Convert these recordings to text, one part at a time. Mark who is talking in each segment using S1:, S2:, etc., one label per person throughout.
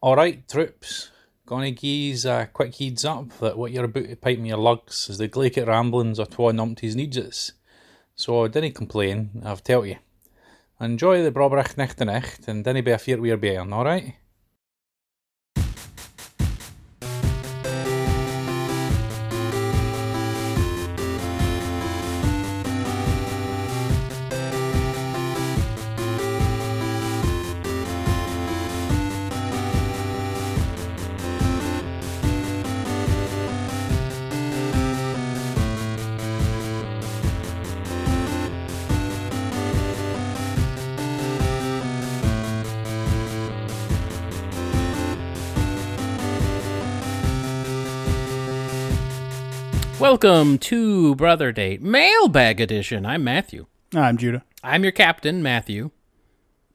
S1: All right, troops. Gonna gee's a quick heads up that what you're about to pipe me your lugs is the Glacier ramblings of twa numpties needs So dinna complain, I've tell you. Enjoy the Brobrach nicht and echt and dinna be afeard we're bearing, all right?
S2: Welcome to Brother Date Mailbag Edition. I'm Matthew.
S3: Ah, I'm Judah.
S2: I'm your captain, Matthew,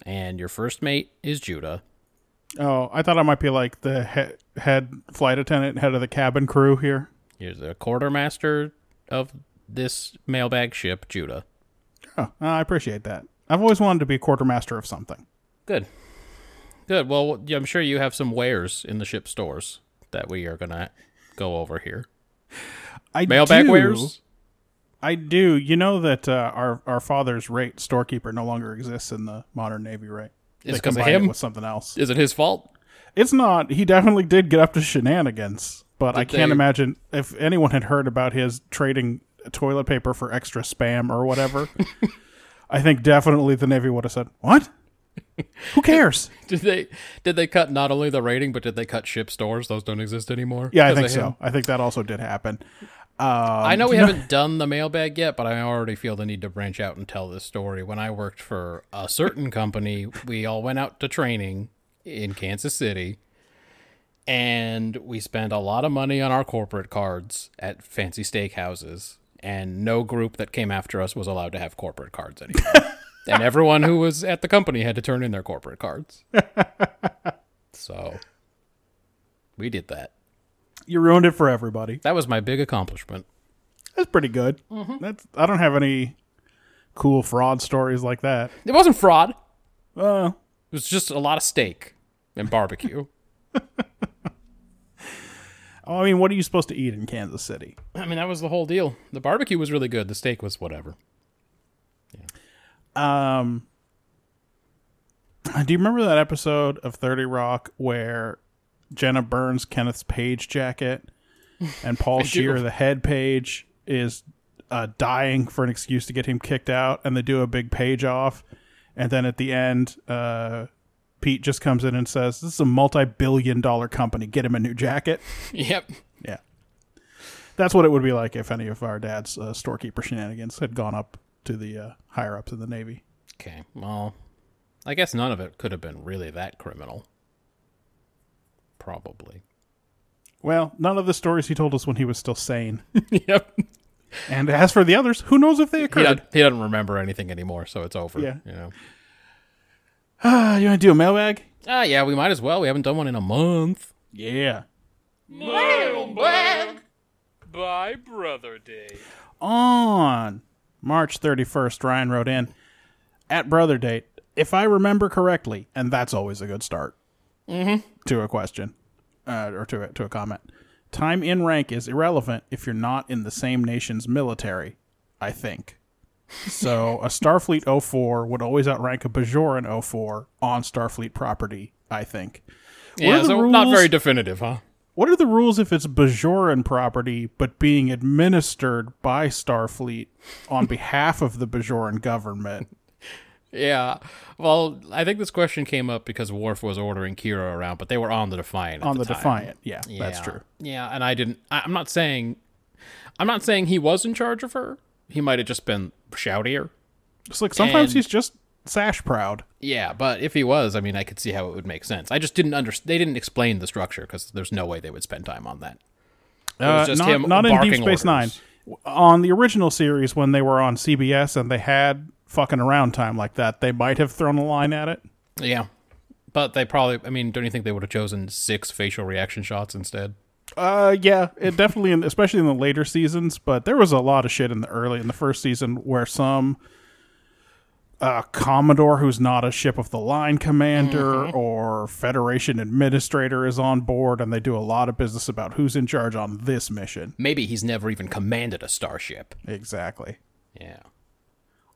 S2: and your first mate is Judah.
S3: Oh, I thought I might be like the he- head flight attendant, head of the cabin crew here.
S2: You're the quartermaster of this mailbag ship, Judah.
S3: Oh, I appreciate that. I've always wanted to be a quartermaster of something.
S2: Good. Good. Well, I'm sure you have some wares in the ship stores that we are going to go over here.
S3: I
S2: Mailbag
S3: do,
S2: wares?
S3: I do. You know that uh, our our father's rate storekeeper no longer exists in the modern navy, right?
S2: Is
S3: They
S2: it 'cause of
S3: combined it
S2: him?
S3: with something else.
S2: Is it his fault?
S3: It's not. He definitely did get up to shenanigans, but I
S2: Did
S3: can't
S2: they-
S3: imagine if anyone had heard about his trading toilet paper for extra spam or whatever. I think definitely the Navy would have said, "What? Who cares?"
S2: Did they did they cut not only the rating but did they cut ship stores? Those don't exist anymore.
S3: Yeah, I
S2: 'Cause
S3: think
S2: of
S3: so.
S2: him?
S3: I think that also did happen. Um,
S2: I know we haven't done the mailbag yet, but I already feel the need to branch out and tell this story. When I worked for a certain company, we all went out to training in Kansas City, and we spent a lot of money on our corporate cards at fancy steakhouses. And no group that came after us was allowed to have corporate cards anymore. and everyone who was at the company had to turn in their corporate cards. so we did that.
S3: you ruined it for everybody.
S2: That was my big accomplishment.
S3: That's pretty good.
S2: Mm-hmm.
S3: That's I don't have any cool fraud stories like that.
S2: It wasn't fraud.
S3: Uh,
S2: It was just a lot of steak and barbecue.
S3: I mean, what are you supposed to eat in Kansas City?
S2: I mean, that was the whole deal. The barbecue was really good. The steak was whatever.
S3: Um, do you remember that episode of Thirty Rock where Jenna Burns Kenneth's page jacket and Paul Shear the head page is uh, dying for an excuse to get him kicked out, and they do a big page off, and then at the end, uh, Pete just comes in and says, "This is a multi-billion-dollar company. Get him a new jacket."
S2: Yep.
S3: Yeah, that's what it would be like if any of our dad's uh, storekeeper shenanigans had gone up to the uh, higher ups in the Navy.
S2: Okay. Well, I guess none of it could have been really that criminal. Probably.
S3: Well, none of the stories he told us when he was still sane.
S2: yep. He,
S3: and as for the others, who knows if they occurred?
S2: doesn't- he doesn't remember anything anymore, so it's over.
S3: Yeah.
S2: You know.
S3: Ah, you want to do a mailbag?
S2: Ah, yeah. We might as well. We haven't done one in a month.
S3: Yeah.
S4: By Brother Day.
S3: On March 31st, Ryan wrote in at Brother Date, if I remember correctly, and that's always a good start to a question uh, or to a, to a comment. Time in rank is irrelevant if you're not in the same nation's military, I think. So a Starfleet 04 would always outrank a Bajoran 04 on Starfleet property, I think.
S2: Yeah.
S3: are the
S2: so not
S3: rules?
S2: very definitive, huh?
S3: What are the rules if it's Bajoran property but being administered by Starfleet on behalf of the Bajoran government?
S2: Yeah. Well, I think this question came up because Worf was ordering Kira around, but they were on the Defiant. at
S3: On the,
S2: time.
S3: Defiant. Yeah, that's
S2: Yeah.
S3: true.
S2: Yeah, and I didn't. I, I'm not saying, I'm not saying he was in charge of her. He might have just been shoutier.
S3: It's like sometimes
S2: And-
S3: he's just sash proud.
S2: Yeah, but if he was, I mean, I could see how it would make sense. I just didn't understand. They didn't explain the structure because there's no way they would spend time on that.
S3: Uh,
S2: was just
S3: not
S2: him
S3: not in Deep
S2: barking orders.
S3: Space Nine. On the original series, when they were on CBS and they had fucking around time like that, they might have thrown a line at it.
S2: Yeah, but they probably. I mean, don't you think they would have chosen six facial reaction shots instead?
S3: Uh, yeah, it definitely, in, especially in the later seasons. But there was a lot of shit in the early in the first season where some a uh, commodore who's not a ship of the line commander or Federation administrator is on board, and they do a lot of business about who's in charge on this mission.
S2: Maybe he's never even commanded a starship.
S3: Exactly.
S2: Yeah.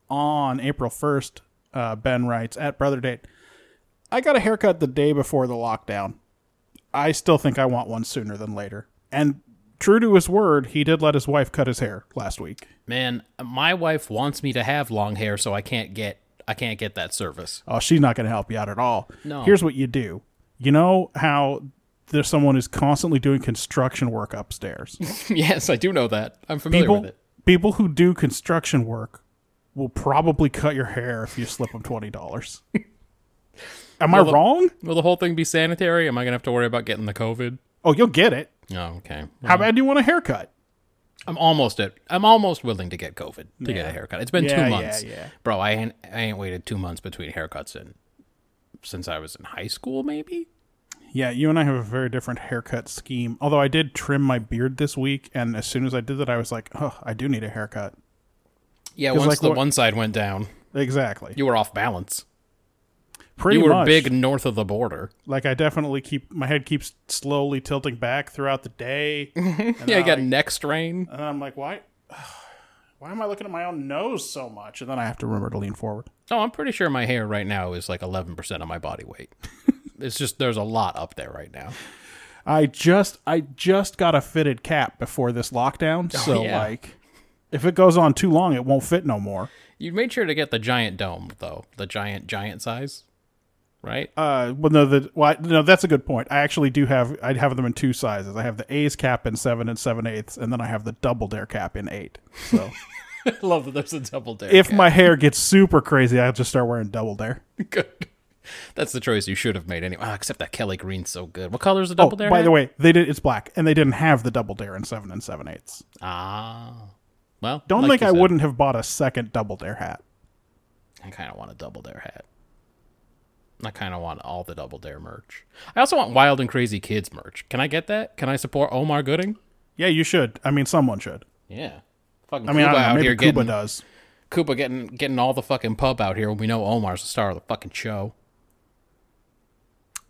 S3: on April 1st, uh, Ben writes at Brother Date, I got a haircut the day before the lockdown. I still think I want one sooner than later. And true to his word, he did let his wife cut his hair last week.
S2: Man, my wife wants me to have long hair so I can't get I can't get that service.
S3: Oh, she's not going to help you out at all.
S2: No.
S3: Here's what you do you know how there's someone who's constantly doing construction work upstairs?
S2: yes, I do know that. I'm familiar
S3: people,
S2: with it.
S3: people who do construction work will probably cut your hair if you slip them $20. Am I
S2: the-
S3: wrong?
S2: Will the whole thing be sanitary? Am I gonna have to worry about getting the COVID?
S3: Oh, you'll get it.
S2: Oh, okay.
S3: How bad do you want a haircut?
S2: I'm almost at I'm almost willing to get COVID to get a haircut. It's been
S3: Yeah, yeah,
S2: two months.
S3: yeah.
S2: Bro, I ain't I ain't waited two months between haircuts in since I was in high school, maybe?
S3: Yeah, you and I have a very different haircut scheme. Although I did trim my beard this week, and as soon as I did that, I was like, oh, I do need a haircut.
S2: Yeah,
S3: 'Cause,
S2: once
S3: like,
S2: the
S3: what-
S2: one side went down,
S3: Exactly.
S2: you were off balance.
S3: Pretty
S2: you were
S3: much.
S2: big north of the border.
S3: Like I definitely keep my head keeps slowly tilting back throughout the day,
S2: yeah, you got neck strain.
S3: and I'm like, why? Why am I looking at my own nose so much? And then I have to remember to lean forward.
S2: Oh, I'm pretty sure my hair right now is like 11% of my body weight. it's just there's a lot up there right now.
S3: I just I just got a fitted cap before this lockdown, so
S2: yeah.
S3: like, if it goes on too long, it won't fit no more.
S2: You made sure to get the giant dome though, the giant giant size, right?
S3: Uh, well, no, the well, I- no, that's a good point. I actually do have I have them in two sizes. I have the A's cap in seven and seven eighths, and then I have the double dare cap in eight. So
S2: I love that there's a double dare.
S3: if my hair gets super crazy, I'll just start wearing double dare.
S2: good. That's the choice you should have made anyway. Ah, except that Kelly Green's so good. What color is the double
S3: oh,
S2: dare?
S3: by
S2: hat?
S3: the way, they did it's black, and they didn't have the double dare in seven and seven eighths.
S2: Ah. Well,
S3: Don't
S2: like
S3: think
S2: you
S3: I
S2: said,
S3: wouldn't have bought a second double dare hat.
S2: I kind of want a double dare hat. I kind of want all the double dare merch. I also want Wild and Crazy Kids merch. Can I get that? Can I support Omar Gooding?
S3: Yeah, you should. I mean, someone should.
S2: Yeah. Fucking
S3: I mean,
S2: Cuba
S3: I don't
S2: out
S3: know.
S2: here
S3: Maybe Cuba
S2: getting
S3: does.
S2: Cuba getting getting all the fucking pub out here when we know Omar's the star of the fucking show.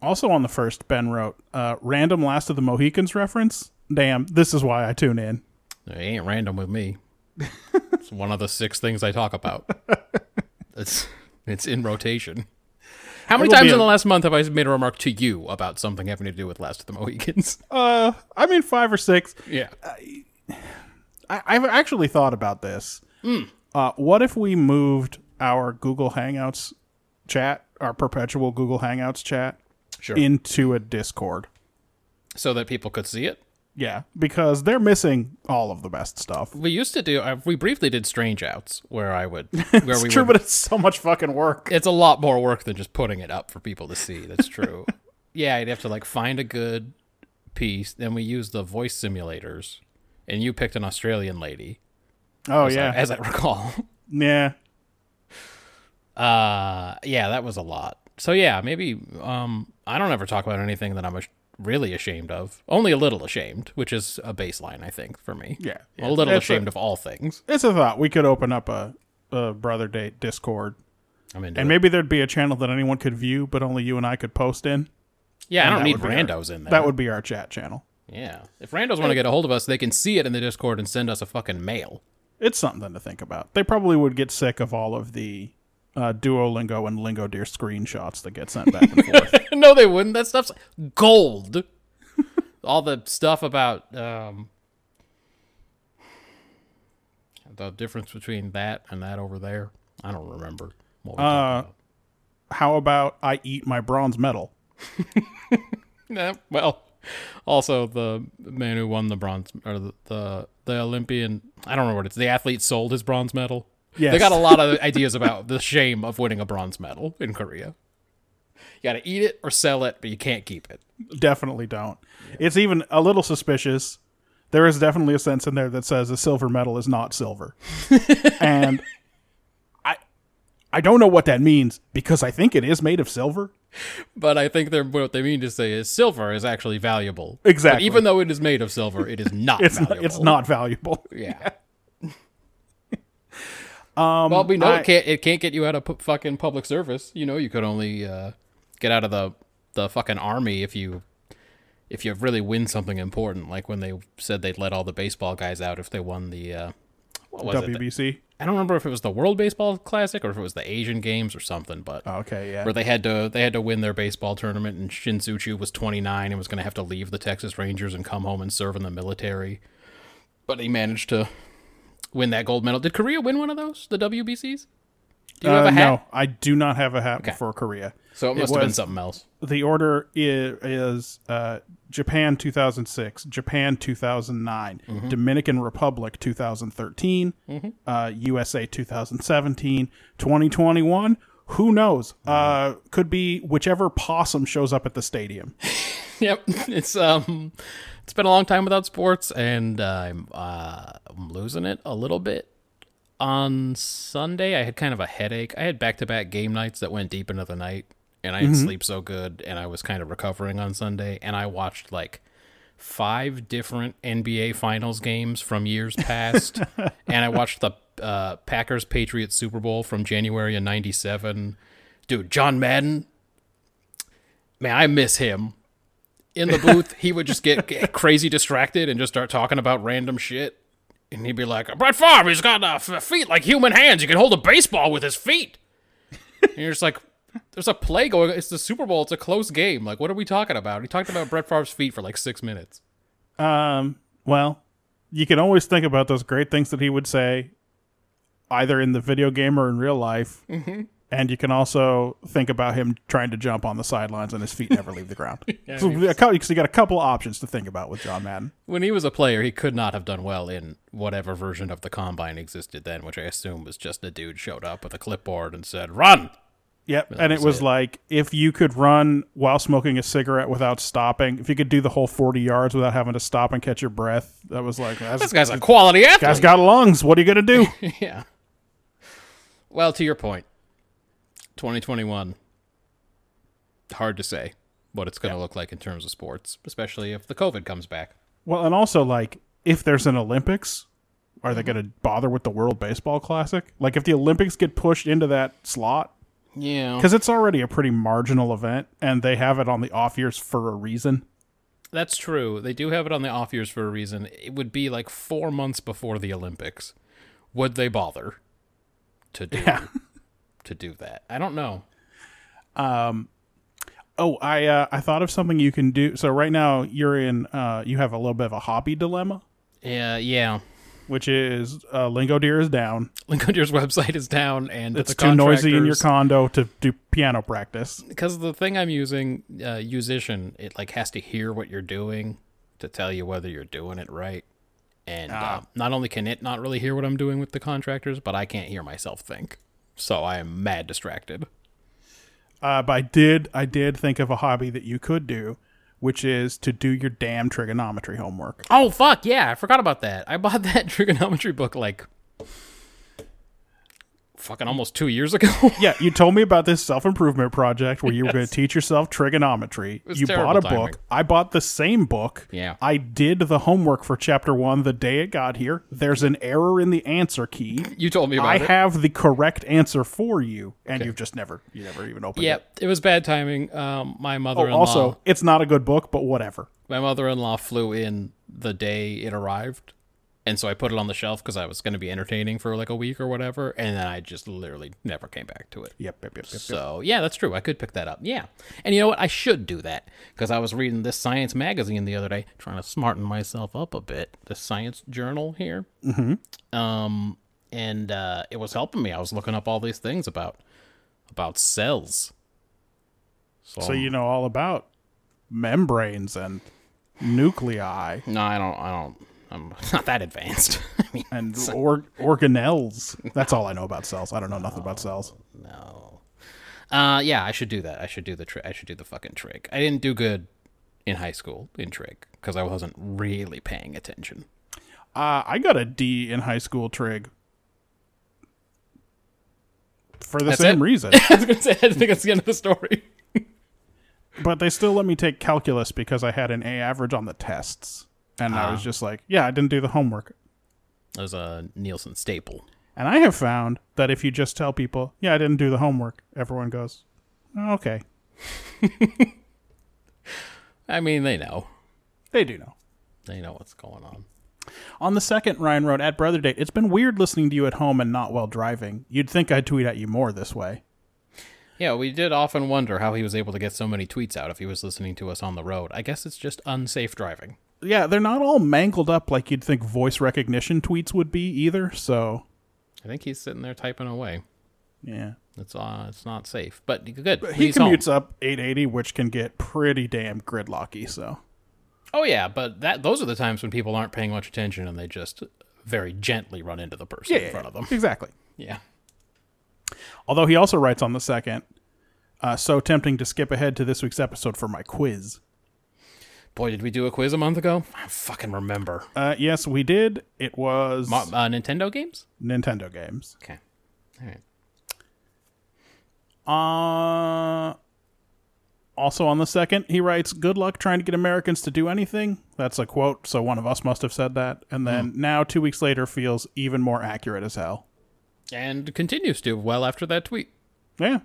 S3: Also on the first, Ben wrote, uh, "Random Last of the Mohicans reference." Damn, this is why I tune in.
S2: It ain't random with me. it's one of the six things I talk about. it's it's in rotation. How many
S3: It'll
S2: times
S3: be
S2: in the
S3: a-
S2: last month have I made a remark to you about something having to do with Last of the Mohicans?
S3: Uh, I mean, five or six.
S2: yeah.
S3: I, I've actually thought about this.
S2: Hmm.
S3: Uh, what if we moved our Google Hangouts chat, our perpetual Google Hangouts chat,
S2: Sure.
S3: into a Discord?
S2: so that people could see it.
S3: Yeah, because they're missing all of the best stuff.
S2: We used to do. I, we briefly did strange outs where I would where we
S3: True,
S2: would
S3: but it's so much fucking work.
S2: it's a lot more work than just putting it up for people to see. That's true. yeah, I'd have to like find a good piece. Then we used the voice simulators, and you picked an Australian lady,
S3: Oh
S2: as I-
S3: yeah,
S2: as I recall.
S3: yeah.
S2: Uh, yeah, that was a lot. So yeah, maybe um, I don't ever talk about anything that I'm ash- really ashamed of. Only a little ashamed, which is a baseline, I think, for me.
S3: Yeah, yeah.
S2: a little
S3: It's a-
S2: ashamed of all things.
S3: It's a thought. We could open up a, a brother date Discord,
S2: I'm into
S3: and
S2: it.
S3: maybe there'd be a channel that anyone could view, but only you and I could post in.
S2: yeah, I don't
S3: that
S2: need
S3: would be our-
S2: randos in there.
S3: That would be our chat channel.
S2: yeah. If randos want to get a hold of us, they can see it in the Discord and send us a fucking mail.
S3: it's something to think about. They probably would get sick of all of the uh, Duolingo and Lingo Deer screenshots that get sent back and forth.
S2: no, they wouldn't. That stuff's gold. All the stuff about um, the difference between that and that over there. I don't remember. What we talked about.
S3: How about I eat my bronze medal?
S2: Yeah, well, also the man who won the bronze or the the, the Olympian. I don't remember what it's. The athlete sold his bronze medal.
S3: Yes.
S2: They got a lot of ideas about the shame of winning a bronze medal in Korea. You got to eat it or sell it, but you can't keep it.
S3: Definitely don't. It's even a little suspicious. There is definitely a sense in there that says a silver medal is not silver, and I I don't know what that means because I think it is made of silver.
S2: But I think they're what they mean to say is silver is actually valuable. But
S3: Exactly.
S2: even though it is made of silver, it is not
S3: It's
S2: valuable.
S3: it's not valuable.
S2: Yeah. well, we know
S3: I-
S2: it can't. It can't get you out of pu- fucking public service. You know, you could only uh, get out of the the fucking army if you if you really win something important. Like when they said they'd let all the baseball guys out if they won the uh, what was it?
S3: WBC.
S2: I don't remember if it was the World Baseball Classic or if it was the Asian Games or something, but
S3: Okay, yeah.
S2: where they had to they had to win their baseball tournament and Shinzuchu was 29 and was going to have to leave the Texas Rangers and come home and serve in the military. But he managed to win that gold medal. Did Korea win one of those? The WBCs? Do you have
S3: Uh,
S2: a hat?
S3: No, I do not have a hat for Korea.
S2: So it must
S3: It
S2: have been
S3: was-
S2: something else.
S3: The order is, is uh, Japan 2006, Japan 2009, Dominican Republic 2013, uh, USA 2017, 2021. Who knows? Uh, could be whichever possum shows up at the stadium.
S2: yep. It's um it's been a long time without sports and I'm uh I'm losing it a little bit. On Sunday I had kind of a headache. I had back-to-back game nights that went deep into the night and I didn't sleep so good and I was kind of recovering on Sunday and I watched like five different NBA finals games from years past and I watched the uh, Packers Patriots Super Bowl from January of 97. Dude, John Madden Man, I miss him in the booth, he would just get, get crazy distracted and just start talking about random shit. And he'd be like, Brett Favre, he's got uh, f- feet like human hands. You can hold a baseball with his feet. And you're just like, there's a play going. It's the Super Bowl. It's a close game. Like, what are we talking about? He talked about Brett Favre's feet for like six minutes.
S3: Um, well, you can always think about those great things that he would say, either in the video game or in real life. And you can also think about him trying to jump on the sidelines and his feet never leave the ground. so a cou- 'cause you got a couple of options to think about with John Madden.
S2: When he was a player, he could not have done well in whatever version of the combine existed then, which I assume was just a dude showed up with a clipboard and said, run.
S3: Yep. and it was like if you could run while smoking a cigarette without stopping, if you could do the whole 40 yards without having to stop and catch your breath, that was like, that's,
S2: This guy's a quality athlete.
S3: guy's got lungs. What are you going to do?
S2: Yeah. Well, to your point, 2021, hard to say what it's going to look like in terms of sports, especially if the COVID comes back.
S3: Well, and also like if there's an Olympics, are
S2: Mm-hmm.
S3: they going to bother with the World Baseball Classic? Like if the Olympics get pushed into that slot
S2: Yeah.
S3: because it's already a pretty marginal event, and they have it on the off years for a reason.
S2: That's true. They do have it on the off years for a reason. It would be like four months before the Olympics. Would they bother to do to do that? I don't know.
S3: Oh, I uh, I thought of something you can do. So right now you're in uh, you have a little bit of a hobby dilemma,
S2: Yeah, yeah.
S3: which is uh, Lingo Deer is down.
S2: Lincoln Deer's website is down, and
S3: It's
S2: the
S3: too noisy in your
S2: contractors-
S3: condo to do piano practice.
S2: because the thing I'm using, uh, musician, it like has to hear what you're doing to tell you whether you're doing it right. And
S3: Ah.
S2: uh, not only can it not really hear what I'm doing with the contractors, but I can't hear myself think. So I am mad distracted.
S3: Uh, but I did I did think of a hobby that you could do, which is to do your damn trigonometry homework.
S2: Oh fuck yeah! I forgot about that. I bought that trigonometry book like fucking almost two years ago.
S3: Yeah, you told me about this self improvement project where you were going to teach yourself trigonometry.
S2: was
S3: You
S2: terrible
S3: bought a
S2: timing.
S3: book. I bought the same book.
S2: Yeah.
S3: I did the homework for chapter one the day it got here. There's an error in the answer key.
S2: you told me about
S3: I
S2: it.
S3: have the correct answer for you, and you've just never, you never even opened
S2: yeah,
S3: it.
S2: it was bad timing. Um, my mother-in-law.
S3: Oh, Also, it's not a good book, but whatever.
S2: My mother in law flew in the day it arrived. And so I put it on the shelf because I was going to be entertaining for like a week or whatever. And then I just literally never came back to it.
S3: Yep, yep, yep. yep.
S2: So, yeah, that's true. I could pick that up. Yeah. And you know what? I should do that because I was reading this science magazine the other day, trying to smarten myself up a bit. The science journal here. Mm-hmm. Um, and uh, it was helping me. I was looking up all these things about about cells.
S3: So you know all about membranes and nuclei
S2: No, I don't. I don't. I'm not that advanced. I mean,
S3: and or- organelles. That's all I know about cells. I don't know nothing about cells.
S2: No. Uh, yeah, I should do that. I should do the trick. I should do the fucking trick. I didn't do good in high school in trick because I wasn't really paying attention.
S3: Uh, I got a D in high school trig for the
S2: That's
S3: same
S2: it?
S3: reason,
S2: I was gonna say I think that's the end of the story.
S3: but they still let me take calculus because I had an A average on the
S2: Ah.
S3: tests, and I was just like, "Yeah, I didn't do the homework."
S2: That was a Nielsen staple.
S3: And I have found that if you just tell people, yeah, I didn't do the homework, everyone goes, "Oh, okay.
S2: I mean, they know.
S3: They do know.
S2: They know what's going on.
S3: On the second Ryan Road at Brother Date, it's been weird listening to you at home and not while driving. You'd think I'd tweet at you more this way.
S2: Yeah, we did often wonder how he was able to get so many tweets out if he was listening to us on the road. I guess it's just unsafe driving.
S3: Yeah, they're not all mangled up like you'd think voice recognition tweets would be either, so
S2: I think he's sitting there typing away.
S3: yeah.
S2: It's uh, it's not safe, but good.
S3: He
S2: he's home.
S3: commutes up 880, which can get pretty damn gridlocky, so.
S2: Oh yeah, but that those are the times when people aren't paying much attention and they just very gently run into the person in front of them.
S3: Exactly.
S2: Yeah.
S3: Although he also writes on the second, uh, so tempting to skip ahead to this week's episode for my quiz.
S2: Boy, did we do a quiz a month ago? I don't fucking remember.
S3: Uh, yes, we did. It was
S2: Mo- uh, Nintendo games?
S3: Nintendo games.
S2: Okay. All right.
S3: Uh, also on the second, he writes, Good luck trying to get Americans to do anything. That's a quote, so one of us must have said that. And then now, two weeks later, feels even more accurate as hell.
S2: And continues to well after that tweet.
S3: Yeah.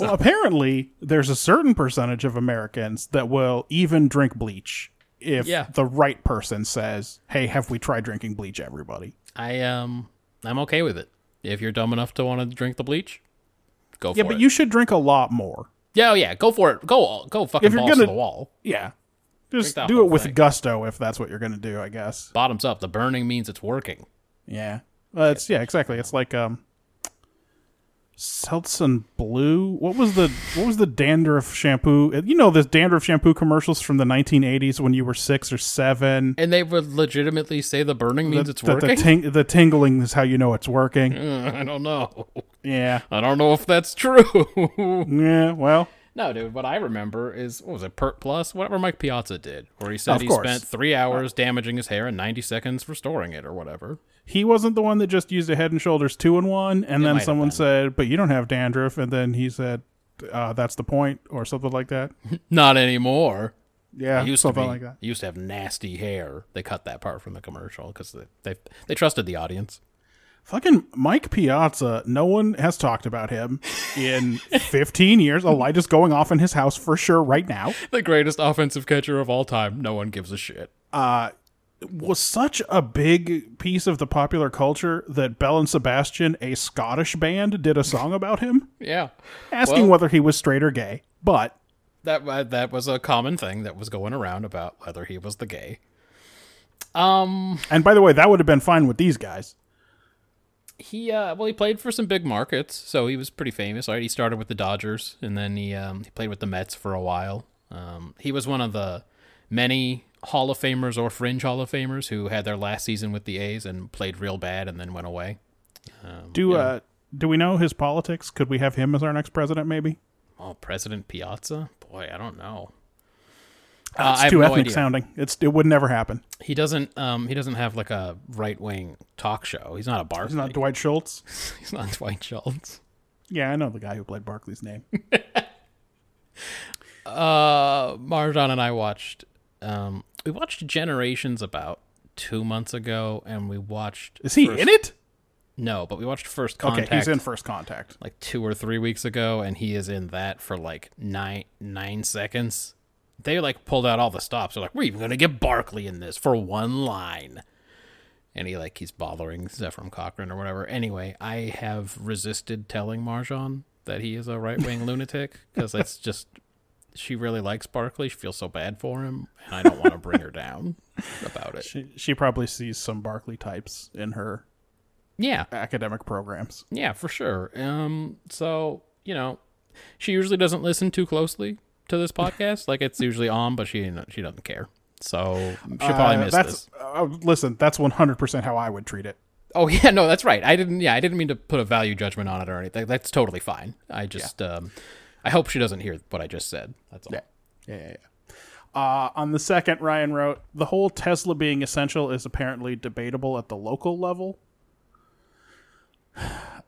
S3: Well, apparently, there's a certain percentage of Americans that will even drink bleach if
S2: Yeah.
S3: the right person says, Hey, have we tried drinking bleach, everybody?
S2: I um I'm okay with it. If you're dumb enough to want to drink the bleach, go
S3: Yeah,
S2: for
S3: but
S2: it.
S3: you should drink a lot more.
S2: yeah, oh, yeah, go for it. Go all- go fucking
S3: If you're
S2: balls to
S3: gonna-
S2: the wall.
S3: Yeah. Just
S2: that
S3: do it
S2: whole
S3: with
S2: thing.
S3: gusto if that's what you're going to do, I guess.
S2: Bottoms up. The burning means it's working.
S3: Yeah. Well, it's yeah, exactly. It's like um Seltzen Blue. What was the what was the dandruff shampoo? Uh, You know the dandruff shampoo commercials from the 1980s when you were 6 or 7.
S2: And they would legitimately say the burning means it's
S3: the, the,
S2: working. Mm.
S3: ting- the tingling is how you know it's working.
S2: I don't know.
S3: Yeah.
S2: I don't know if that's true.
S3: Yeah, well,
S2: no, dude, what I remember is what was it, Pert Plus? Whatever Mike Piazza did, where he said
S3: Of
S2: he
S3: course. Uh,
S2: spent three hours damaging his hair and ninety seconds restoring it or whatever.
S3: he wasn't the one that just used a head and shoulders 2 and 1 and
S2: might
S3: then
S2: have
S3: someone
S2: been.
S3: said, "But you don't have dandruff." And then he said, uh, that's the point or something like that.
S2: Not anymore.
S3: Yeah,
S2: It used to
S3: something
S2: be,
S3: like that.
S2: Used to have nasty hair. They cut that part from the commercial because they, they they trusted the audience.
S3: Fucking Mike Piazza, no one has talked about him in 15 years. Elijah's going off in his house for sure right now.
S2: The greatest offensive catcher of all time. No one gives a shit.
S3: Was such a big piece of the popular culture that Bell and Sebastian, a Scottish band, did a song about him
S2: Yeah,
S3: asking
S2: Well-
S3: whether he was straight or gay. But
S2: that wa- that was a common thing that was going around about whether he was the gay. Um,
S3: and by the way, that would have been fine with these guys.
S2: he uh, well, he played for some big markets, so he was pretty famous. Right, he started with the Dodgers, and then he um, he played with the Mets for a while. Um, he was one of the many Hall of Famers or fringe Hall of Famers who had their last season with the A's and played real bad and then went away.
S3: Do uh do we know his politics? Could we have him as our next president maybe?
S2: Oh, President Piazza? Boy, I don't know. Uh,
S3: It's
S2: I have
S3: too
S2: no
S3: ethnic
S2: idea.
S3: sounding. It's it would never happen.
S2: He doesn't. Um, he doesn't have like a right wing talk show. He's not a bar.
S3: It's not Dwight Schultz.
S2: He's not Dwight Schultz.
S3: Yeah, I know the guy who played Barkley's name.
S2: Uh, Marjan and I watched. Um, we watched Generations about two months ago, and we watched.
S3: Is he
S2: First-
S3: in it?
S2: No, but we watched First Contact.
S3: Okay, he's in first contact.
S2: like two or three weeks ago, and he is in that for like nine nine seconds. They like pulled out all the stops. They're like, we're even gonna get Barkley in this for one line, and he like he's bothering Zephram Cochrane or whatever. Anyway, I have resisted telling Marjan that he is a right wing lunatic because that's just she really likes Barkley. She feels so bad for him, and I don't want to bring her down about it.
S3: She, she probably sees some Barkley types in her
S2: Yeah,
S3: academic programs.
S2: Yeah, for sure. Um, so you know, she usually doesn't listen too closely to this podcast. like it's usually on, but she she doesn't care. So she'll probably
S3: Uh,
S2: miss
S3: that's
S2: this.
S3: uh, listen. That's one hundred percent how I would treat it.
S2: Oh yeah, no, that's right. I didn't. Yeah, I didn't mean to put a value judgment on it or anything. That's totally fine. I just, um, I hope she doesn't hear what I just said. That's all.
S3: Yeah, yeah, yeah. Uh, on the second, Ryan wrote the whole Tesla being essential is apparently debatable at the local level.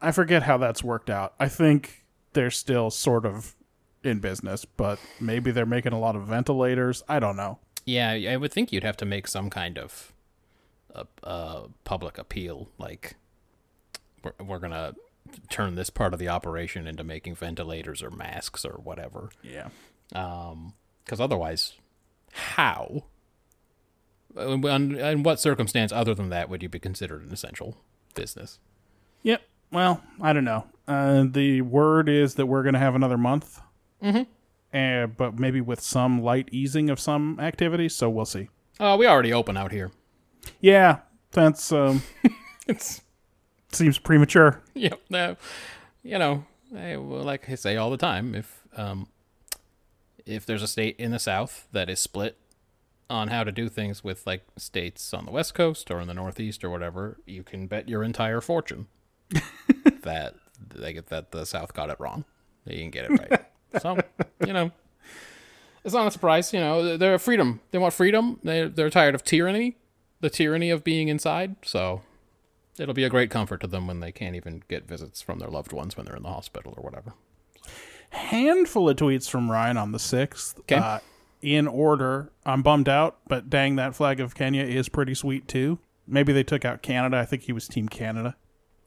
S3: I forget how that's worked out. I think they're still sort of in business, but maybe they're making a lot of ventilators. I don't know.
S2: Yeah, I would think you'd have to uh, make some kind of a, a public appeal, like we're, we're gonna turn this part of the operation into making ventilators or masks or whatever.
S3: Yeah.
S2: Um, because otherwise, how? Uh, In, in what circumstance other than that would you be considered an essential business?
S3: Yep. Well, I don't know. Uh, the word is that we're going to have another month, mm-hmm. uh, but maybe with some light easing of some activities. So we'll see.
S2: Uh, we already open out here.
S3: Yeah, that's um,
S2: It's
S3: seems premature.
S2: yep. Uh, you know, I, well, like I say all the time, if um, if there's a state in the South that is split on how to do things with like states on the West Coast or in the Northeast or whatever, you can bet your entire fortune that they get that the South got it wrong. They didn't get it right. so you know. It's not a surprise, you know. They're freedom. They want freedom. They they're tired of tyranny, the tyranny of being inside. So It'll be a great comfort to them when they can't even get visits from their loved ones when they're in the hospital or whatever.
S3: Handful of tweets from Ryan on the sixth.
S2: Okay.
S3: Uh, in order, I'm bummed out, but dang, that flag of Kenya is pretty sweet too. Maybe they took out Canada. I think he was Team Canada.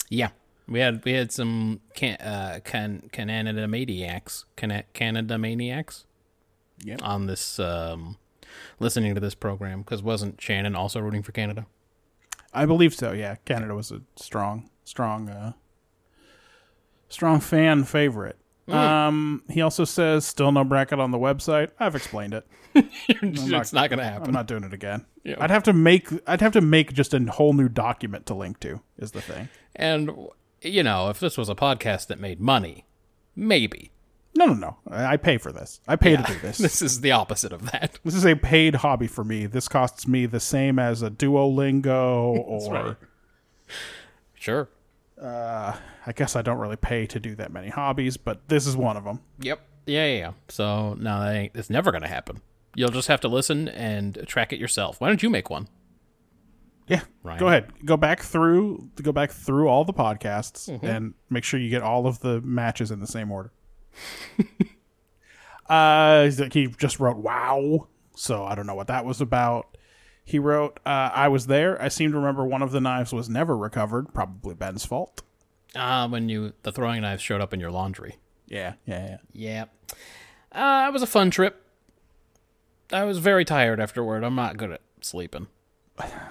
S2: Yeah, we had we had some can uh, can Canada maniacs, can Canada maniacs,
S3: Yep.
S2: on this um, listening to this program because wasn't Shannon also rooting for Canada?
S3: I believe so. Yeah, Canada was a strong, strong, uh, strong fan favorite. Um, he also says still no bracket on the website. I've explained it.
S2: it's not gonna happen.
S3: I'm not doing it again.
S2: Yeah.
S3: I'd have to make. I'd have to make just a whole new document to link to. Is the thing?
S2: And you know, if this was a podcast that made money, maybe
S3: No, no, no. I I pay for this. I pay to do this.
S2: this is the opposite of that.
S3: This is a paid hobby for me. This costs me the same as a Duolingo or
S2: Sure.
S3: I guess I don't really pay to do that many hobbies, but this is one of them.
S2: Yep. Yeah, yeah, yeah. So no, that ain't, it's never gonna happen. You'll just have to listen and track it yourself. Why don't you make one?
S3: Yeah.
S2: Ryan.
S3: Go ahead. Go back through go back through all the podcasts and make sure you get all of the matches in the same order. uh he's like- he just wrote wow. So I don't know what that was about. He wrote, uh, I was there. I seem to remember one of the knives was never recovered, probably Ben's fault.
S2: Ah, when you the throwing knives showed up in your laundry.
S3: Yeah. Yeah. yeah.
S2: Yeah. Uh, it was a fun trip. I was very tired afterward. I'm not good at sleeping.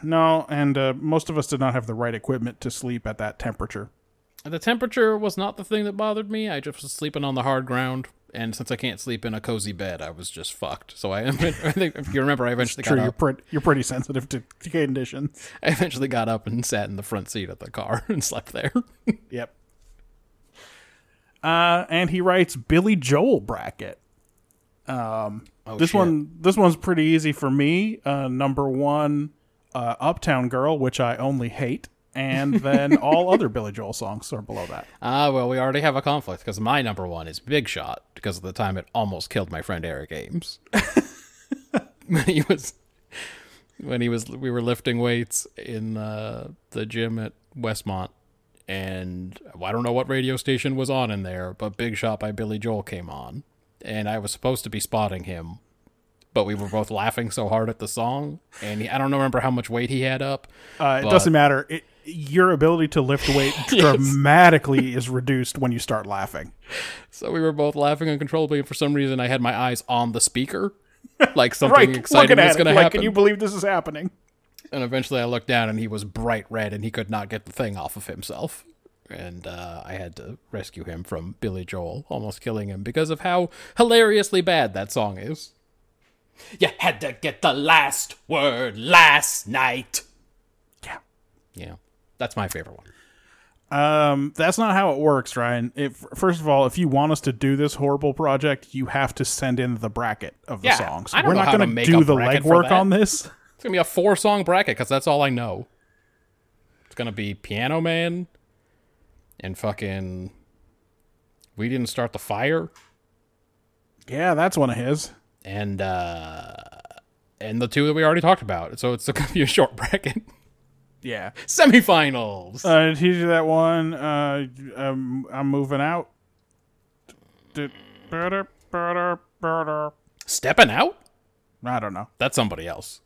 S3: No, and uh, most of us did not have the right equipment to sleep at that temperature.
S2: The temperature was not the thing that bothered me. I just was sleeping on the hard ground, and since I can't sleep in a cozy bed, I was just fucked. So I, I think if you remember, I eventually got
S3: True, you're
S2: up.
S3: pretty uh, you're pretty sensitive to conditions.
S2: I eventually got up and sat in the front seat of the car and slept there.
S3: Yep. Uh, and he writes Billy Joel bracket. Um,
S2: Oh,
S3: this
S2: shit.
S3: one, this one's pretty easy for me. Uh, number one, uh, Uptown Girl, which I only hate, and then all other Billy Joel songs are below that.
S2: Ah, well, we already have a conflict because my number one is Big Shot because of the time it almost killed my friend Eric Ames. when he was, when he was, we were lifting weights in uh, the gym at Westmont, and I don't know what radio station was on in there, but Big Shot by Billy Joel came on, and I was supposed to be spotting him, but we were both laughing so hard at the song, and he, I don't remember how much weight he had up.
S3: Uh, it
S2: But-
S3: doesn't matter. It, your ability to lift weight dramatically is reduced when you start laughing.
S2: So we were both laughing uncontrollably, and for some reason, I had my eyes on the speaker, like something
S3: Right,
S2: exciting
S3: looking at
S2: was
S3: it,
S2: going to
S3: like,
S2: happen.
S3: can you believe this is happening?
S2: and eventually, I looked down, and he was bright red, and he could not get the thing off of himself. And uh, I had to rescue him from Billy Joel, almost killing him because of how hilariously bad that song is. You had to get the last word last night.
S3: Yeah.
S2: Yeah, that's my favorite one.
S3: Um, that's not how it works, Ryan. If first of all, if you want us to do this horrible project, you have to send in the bracket of the
S2: Yeah,
S3: songs.
S2: I don't
S3: We're
S2: know
S3: not
S2: how to
S3: gonna
S2: make
S3: do
S2: a
S3: the
S2: bracket for
S3: legwork
S2: that.
S3: on this.
S2: It's gonna be a four song bracket because that's all I know. It's gonna be Piano Man and fucking We Didn't Start the Fire
S3: Yeah, that's one of his.
S2: and uh and the two that we already talked about. So it's gonna be a short bracket.
S3: Yeah,
S2: Semifinals.
S3: uh, did he do that one? Uh, um, I'm moving out. Did- burder, burder, burder.
S2: Stepping out?
S3: I don't know
S2: That's somebody else.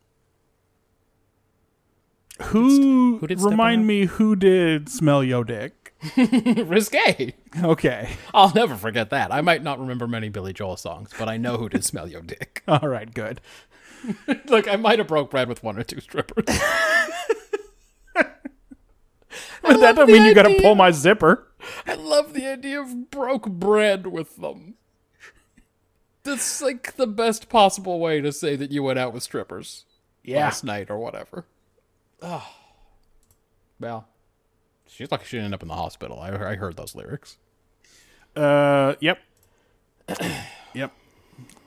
S3: who.
S2: who did Steppin' Out?
S3: remind me who did smell yo dick?
S2: Risque.
S3: Okay.
S2: I'll never forget that. I might not remember many Billy Joel songs, but I know who did Smell Your Dick.
S3: All right. Good.
S2: like, I might have broke bread with one or two strippers.
S3: But that doesn't
S2: the
S3: mean you got to
S2: idea.
S3: pull my zipper.
S2: I love the idea of broke bread with them. That's like the best possible way to say that you went out with strippers last night or whatever. Oh. Well, she's lucky she didn't end up in the hospital. I, I heard those lyrics.
S3: Uh. Yep. yep.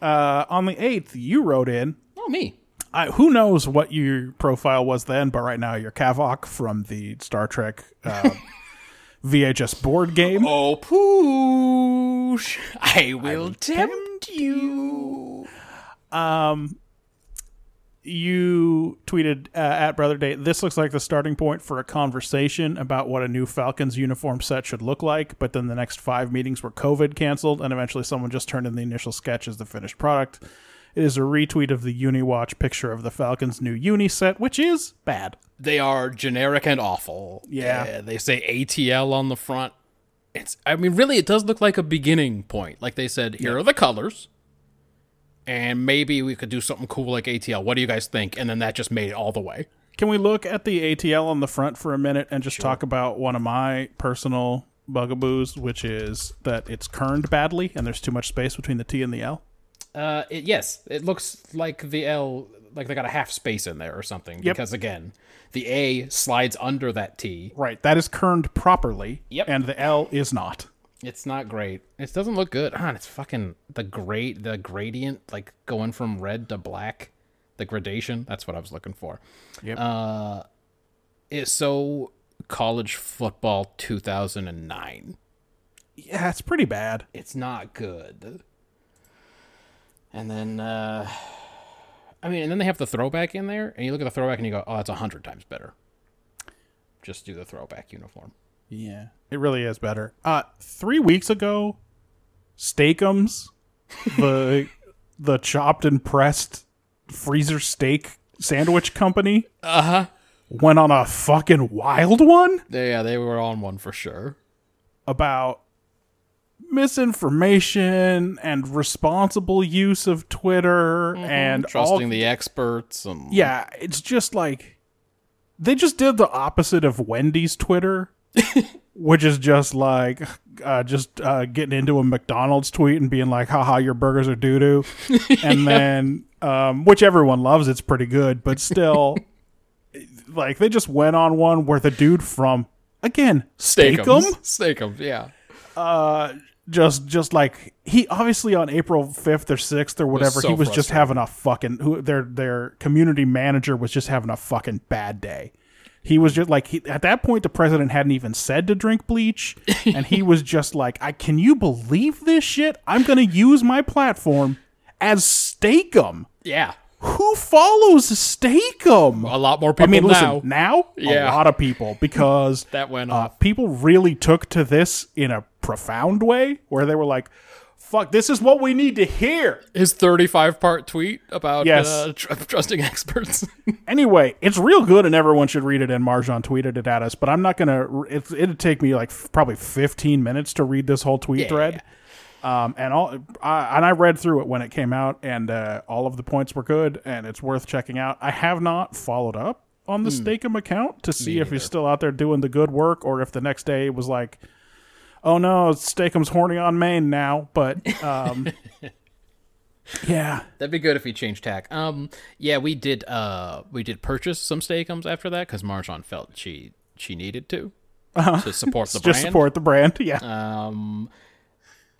S3: Uh. On the eighth, you wrote in.
S2: Oh, me.
S3: I, who knows what your profile was then, but right now you're Kavok from the Star Trek uh, VHS board game.
S2: Oh, poosh. I will tempt you.
S3: you tweeted uh, at brother date this looks like the starting point for a conversation about what a new falcons uniform set should look like but then the next five meetings were covid canceled and eventually someone just turned in the initial sketch as the finished product it is a retweet of the uniwatch picture of the falcons new uni set which is bad
S2: They are generic and awful.
S3: Yeah.
S2: Uh, they say ATL on the front. It's I mean really it does look like a beginning point. Like they said here are the colors. And maybe we could do something cool like ATL. What do you guys think? And then that just made it all the way.
S3: can we look at the atl on the front for a minute and just talk about one of my personal bugaboos which is that it's kerned badly and there's too much space between the t and the l
S2: Uh it, yes, it looks like the L like they got a half space in there or something because again, the A slides under that T.
S3: Right, that is kerned properly.
S2: Yep.
S3: And the L is not.
S2: It's not great. It doesn't look good. Ah, and it's fucking the great the gradient like going from red to black, the gradation. That's what I was looking for.
S3: Yep.
S2: Uh, it's so college football 2009.
S3: Yeah, it's pretty bad.
S2: It's not good. And then, uh, I mean, and then they have the throwback in there, and you look at the throwback and you go, "Oh, that's a hundred times better." Just do the throwback uniform.
S3: Yeah. It really is better. Uh three weeks ago, Steakums, the the chopped and pressed freezer steak sandwich company. Uh-huh. Went on a fucking wild one
S2: Yeah, they were on one for sure.
S3: about misinformation and responsible use of Twitter and all
S2: Mm-hmm. Trusting the experts and
S3: Yeah, it's just like they just did the opposite of Wendy's Twitter, which is just like uh, just uh, getting into a McDonald's tweet and being like, "Haha, your burgers are doo doo," and then um, which everyone loves. It's pretty good, but still, like they just went on one where the dude from again Steakum
S2: Steakum, yeah.
S3: just just like he obviously on April fifth or sixth or whatever,
S2: so
S3: he was just
S2: frustrated.
S3: having a fucking who their their community manager was just having a fucking bad day. He was just like he, at that point the president hadn't even said to drink bleach, and he was just like, "I can you believe this shit? I'm gonna use my platform as Steakum.
S2: Yeah.
S3: Who follows Steakum?
S2: A lot more
S3: I
S2: people
S3: mean,
S2: now.
S3: listen, now
S2: Yeah.
S3: a lot of people because
S2: that went
S3: uh,
S2: off.
S3: people really took to this in a profound way where they were like fuck this is what we need to hear
S2: His 35 part tweet about
S3: Yes.
S2: uh, tr- trusting experts.
S3: anyway it's real good and everyone should read it and marjan tweeted it at us but i'm not gonna it, it'd take me like f- probably 15 minutes to read this whole tweet
S2: Yeah,
S3: thread Um, and all I, and I read through it when it came out, and uh, all of the points were good, and it's worth checking out. I have not followed up on
S2: Hmm.
S3: the Stakem account to see if he's still out there doing the good work, or if the next day it was like, "Oh no, Stakem's horny on Maine now." But um, yeah,
S2: That'd be good if he changed tack. Um, yeah, we did. Uh, we did purchase some steakums after that because Marjan felt she she needed to to support the brand.
S3: Uh-huh. just support the brand. Yeah,
S2: Um,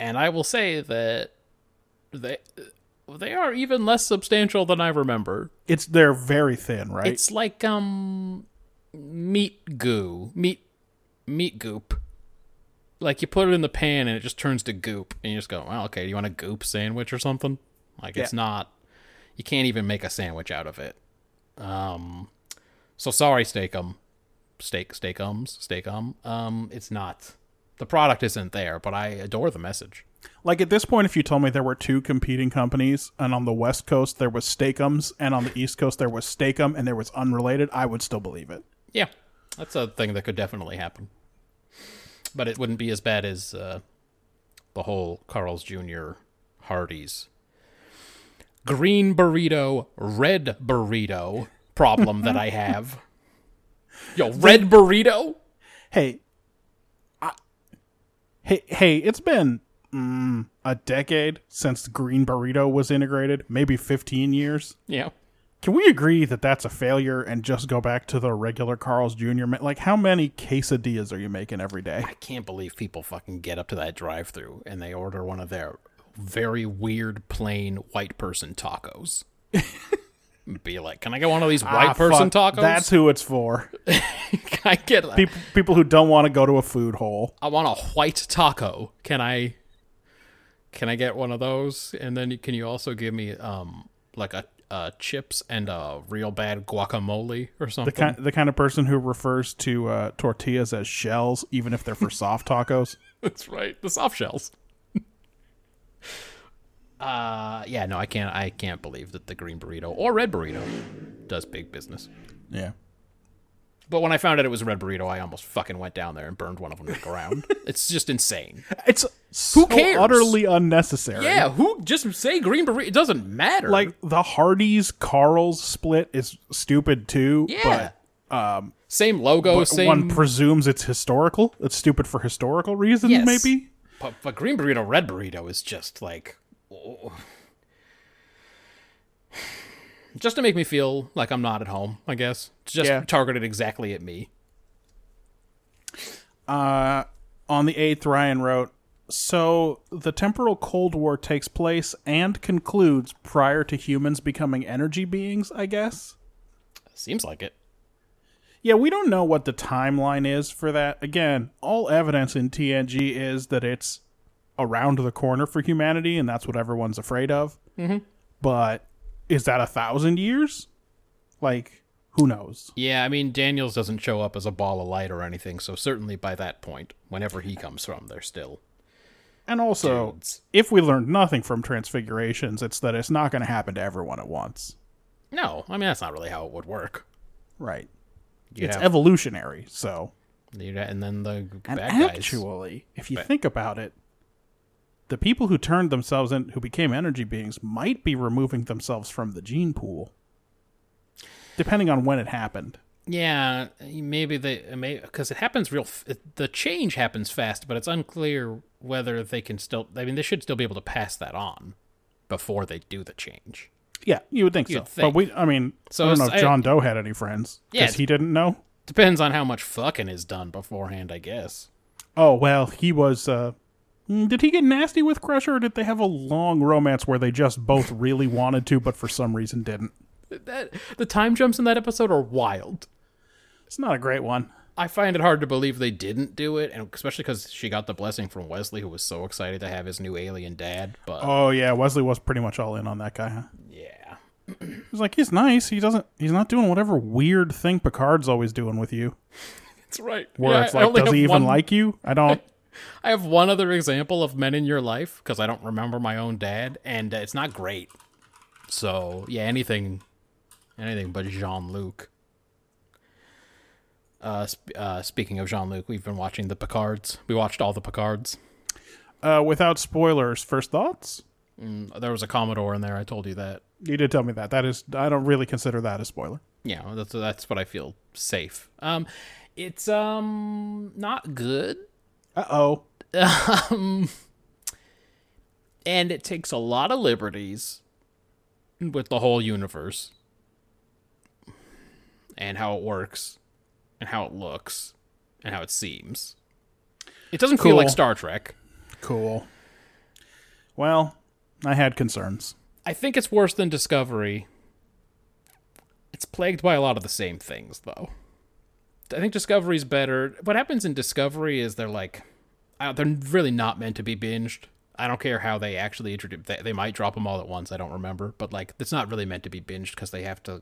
S2: and I will say that they they are even less substantial than I remember.
S3: it's they're very thin, right?
S2: It's like um meat goo, meat meat goop. Like you put it in the pan and it just turns to goop, and you just go, "Well, okay, do you want a goop sandwich or something?" Like it's not. You can't even make a sandwich out of it. Um, so sorry, steakum, steak steakums, steakum. Um, it's not. The product isn't there, but I adore the message.
S3: Like at this point, if you told me there were two competing companies, and on the West Coast there was Steakums, and on the East Coast there was Steakum, and there was unrelated, I would still believe it.
S2: Yeah, that's a thing that could definitely happen. but it wouldn't be as bad as uh, the whole Carl's Jr. Hardee's green burrito, red burrito problem that I have. Yo, red burrito?
S3: Hey, I, hey, hey! It's been mm, a decade since Green Burrito was integrated, maybe fifteen years.
S2: Yeah.
S3: Can we agree that that's a failure and just go back to the regular Carl's Jr. ma- Like, how many quesadillas are you making every day?
S2: I can't believe people fucking get up to that drive through and they order one of their very weird plain white person tacos. Be like, can I get one of these white
S3: Ah,
S2: person
S3: fuck,
S2: tacos?
S3: That's who it's for.
S2: Can I get
S3: People, people who don't want to go to a food hole.
S2: I want a white taco. Can I can I get one of those? And then you- can you also give me um like a, a chips and a real bad guacamole or something?
S3: The kind, the kind of person who refers to uh, tortillas as shells, even if they're for soft tacos.
S2: That's right. The soft shells. uh yeah, no, I can't I can't believe that the green burrito or red burrito does big business.
S3: Yeah.
S2: But when I found out it was a red burrito, I almost fucking went down there and burned one of them to the ground. it's just insane.
S3: It's so
S2: cares?
S3: utterly unnecessary.
S2: Yeah, who just say green burrito? It doesn't matter.
S3: Like the Hardee's Carl's split is stupid too.
S2: yeah,
S3: um,
S2: same logo,
S3: But,
S2: same
S3: one presumes it's historical. It's stupid for historical reasons,
S2: Yes.
S3: maybe.
S2: But, but green burrito, red burrito is just like, oh. just to make me feel like I'm not at home. I guess It's just
S3: Yeah.
S2: targeted exactly at me.
S3: Uh, on the 8th, Ryan wrote So the temporal Cold War takes place and concludes prior to humans becoming energy beings, I guess.
S2: Seems like it.
S3: Yeah, we don't know what the timeline is for that. Again, all evidence in TNG is that it's around the corner for humanity, and that's what everyone's afraid of. Mm-hmm. But is that a thousand years? Like, who knows?
S2: Yeah, I mean Daniels doesn't show up as a ball of light or anything, so certainly by that point, whenever he comes from, they're still
S3: And also,
S2: dudes.
S3: if we learned nothing from Transfigurations, it's that it's not going to happen to everyone at once.
S2: No, I mean that's not really how it would work.
S3: Right.
S2: You
S3: It's
S2: have,
S3: evolutionary, so.
S2: you'd- and then the
S3: And
S2: bad guys.
S3: actually, if you think about it, the people who turned themselves in, who became energy beings, might be removing themselves from the gene pool, depending on when it happened.
S2: Yeah, maybe they uh, may because it happens real. f- It, the change happens fast, but it's unclear whether they can still. I mean, they should still be able to pass that on before they do the change.
S3: Yeah, you would think so.
S2: You'd think.
S3: But we, I mean,
S2: So
S3: I don't
S2: it's-
S3: know
S2: I-
S3: if John Doe had any friends
S2: Yeah,
S3: because
S2: it's-
S3: he didn't know.
S2: Depends on how much fucking is done beforehand, I guess.
S3: Oh well, he was. uh mm, Did he get nasty with Crusher, or did they have a long romance where they just both really wanted to, but for some reason didn't?
S2: That the time jumps in that episode are wild.
S3: It's not a great one.
S2: I find it hard to believe they didn't do it, and especially because she got the blessing from Wesley, who was so excited to have his new alien dad. But
S3: Oh yeah, Wesley was pretty much all in on that guy. Huh?
S2: yeah,
S3: He's like, he's nice. He doesn't. He's not doing whatever weird thing Picard's always doing with you,
S4: That's right.
S3: where
S2: Yeah,
S3: it's
S2: I
S3: like,
S2: only
S3: does
S2: have
S3: he even
S2: one-
S3: like you? I don't.
S2: I have one other example of men in your life because I don't remember my own dad, and uh, it's not great. So yeah, anything, anything but Jean Luc. Uh, sp- uh, speaking of Jean Luc, we've been watching the Picards. We watched all the Picards.
S3: uh, without spoilers, first thoughts.
S2: There was a Commodore in there. I told you that.
S3: You did tell me that. That is, I don't really consider that a spoiler.
S2: Yeah, that's that's what I feel safe. Um, it's um not good.
S3: Uh oh.
S2: um, and it takes a lot of liberties with the whole universe and how it works and how it looks and how it seems it doesn't feel like
S3: Cool.
S2: star trek
S3: Cool. Well, I had concerns.
S2: i think it's worse than discovery it's plagued by a lot of the same things though i think discovery's better what happens in discovery is they're like I, they're really not meant to be binged. I don't care how they actually introduce. They, they might drop them all at once. I don't remember, but like it's not really meant to be binged because they have to.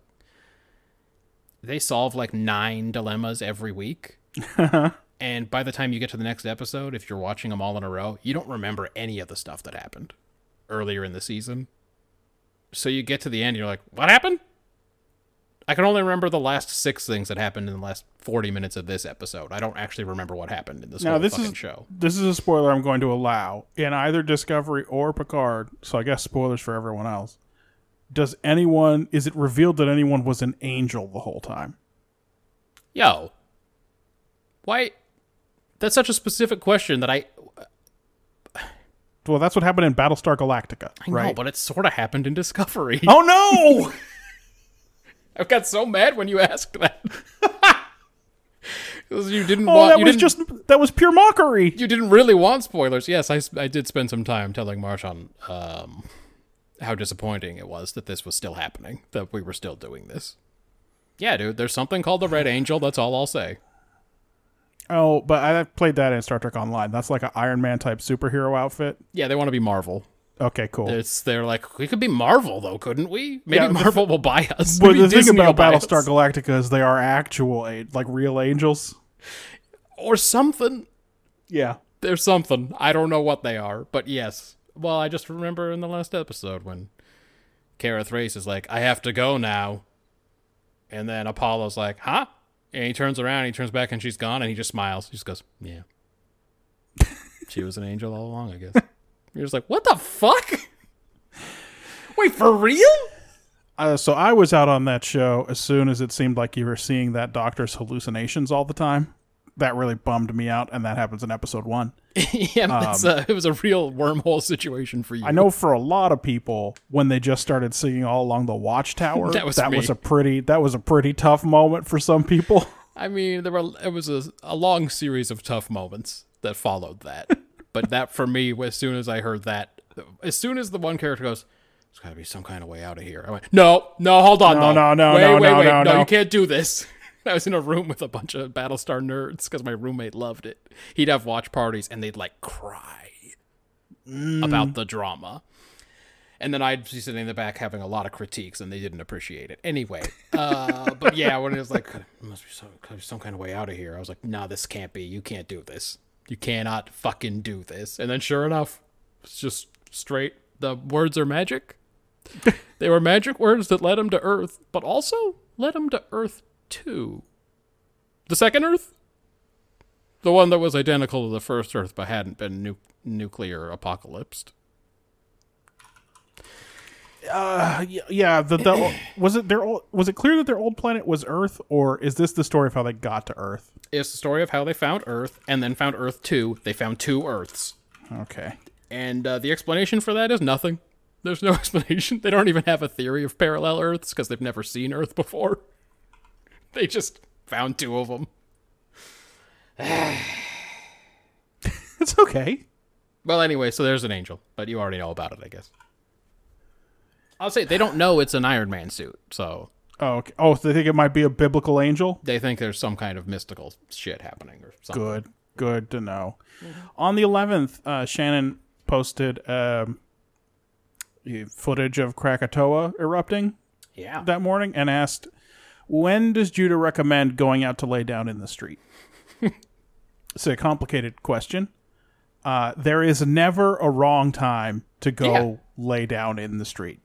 S2: They solve like nine dilemmas every week, and by the time you get to the next episode, if you're watching them all in a row, you don't remember any of the stuff that happened earlier in the season. So you get to the end, you're like, "What happened? I can only remember the last six things that happened in the last forty minutes of this episode. I don't actually remember what happened in this
S3: Now
S2: whole
S3: this
S2: fucking
S3: is
S2: show.
S3: this is a spoiler I'm going to allow in either Discovery or Picard. So I guess spoilers for everyone else. Does anyone is it revealed that anyone was an angel the whole time?
S2: Yo, why? That's such a specific question that I
S3: Well, that's what happened in Battlestar Galactica,
S2: I know,
S3: right?
S2: but it sort of happened in Discovery.
S3: oh no!
S2: I got so mad when you asked that. 'Cause you didn't
S3: Oh,
S2: want.
S3: that
S2: you
S3: was
S2: didn't-
S3: just that was pure mockery.
S2: you didn't really want spoilers. Yes, I, I did spend some time telling Marsh on um, how disappointing it was that this was still happening, that we were still doing this. Yeah, dude, there's something called the Red Angel. That's all I'll say.
S3: Oh, but I played that in Star Trek Online. That's like an Iron Man type superhero outfit.
S2: Yeah, they want to be Marvel.
S3: Okay, cool.
S2: It's they're like we could be Marvel though, couldn't we? Maybe
S3: Yeah, the
S2: Marvel will buy us.
S3: but
S2: Maybe
S3: the thing
S2: Disney will
S3: about
S2: buy
S3: Battlestar
S2: us.
S3: Galactica is they are actual a- like real angels.
S2: or something.
S3: Yeah.
S2: There's something. I don't know what they are, but yes. Well, I just remember in the last episode when Kara Thrace is like, I have to go now. And then Apollo's like, huh? And he turns around, he turns back, and she's gone, and he just smiles. He just goes, yeah. she was an angel all along, I guess. You're just like, what the fuck? Wait, for real?
S3: Uh, so I was out on that show as soon as it seemed like you were seeing that doctor's hallucinations all the time. That really bummed me out, and that happens in episode one.
S2: yeah, that's a, it was a real wormhole situation for you.
S3: Um, I know for a lot of people, when they just started singing all along the watchtower,
S2: That was me.
S3: a pretty that was a pretty tough moment for some people.
S2: I mean, there were it was a, a long series of tough moments that followed that. but that for me, as soon as I heard that, as soon as the one character goes, "There's got to be some kind of way out of here," I went, "No, no, hold on,
S3: No,
S2: though.
S3: no, no,
S2: wait,
S3: no,
S2: wait,
S3: no,
S2: wait,
S3: no, no."
S2: you can't do this." I was in a room with a bunch of Battlestar nerds because my roommate loved it. He'd have watch parties and they'd like cry
S3: Mm.
S2: about the drama. And then I'd be sitting in the back having a lot of critiques, and they didn't appreciate it. Anyway, uh, but yeah, when it was like, "Could- must be some, could be some kind of way out of here, I was like, nah, this can't be. You can't do this. You cannot fucking do this. And then sure enough, it's just straight. The words are magic. they were magic words that led him to Earth, but also led him to Earth 2. The second Earth? The one that was identical to the first Earth but hadn't been nu- nuclear apocalypsed.
S3: Uh, y- yeah, the, the was it their old, was it clear that their old planet was Earth, or is this the story of how they got to Earth?
S2: It's the story of how they found Earth and then found Earth 2. They found two Earths.
S3: Okay,
S2: And uh, the explanation for that is nothing. There's no explanation. They don't even have a theory of parallel Earths because they've never seen Earth before. They just found two of them.
S3: it's okay.
S2: Well, anyway, so there's an angel, but you already know about it, I guess. I'll say they don't know it's an Iron Man suit, so
S3: Oh, okay. oh, so they think it might be a biblical angel.
S2: they think there's some kind of mystical shit happening or something.
S3: good good to know on the 11th uh, shannon posted um, eh, footage of krakatoa erupting
S2: Yeah.
S3: that morning and asked when does judah recommend going out to lay down in the street it's a complicated question uh, there is never a wrong time to go lay down in the street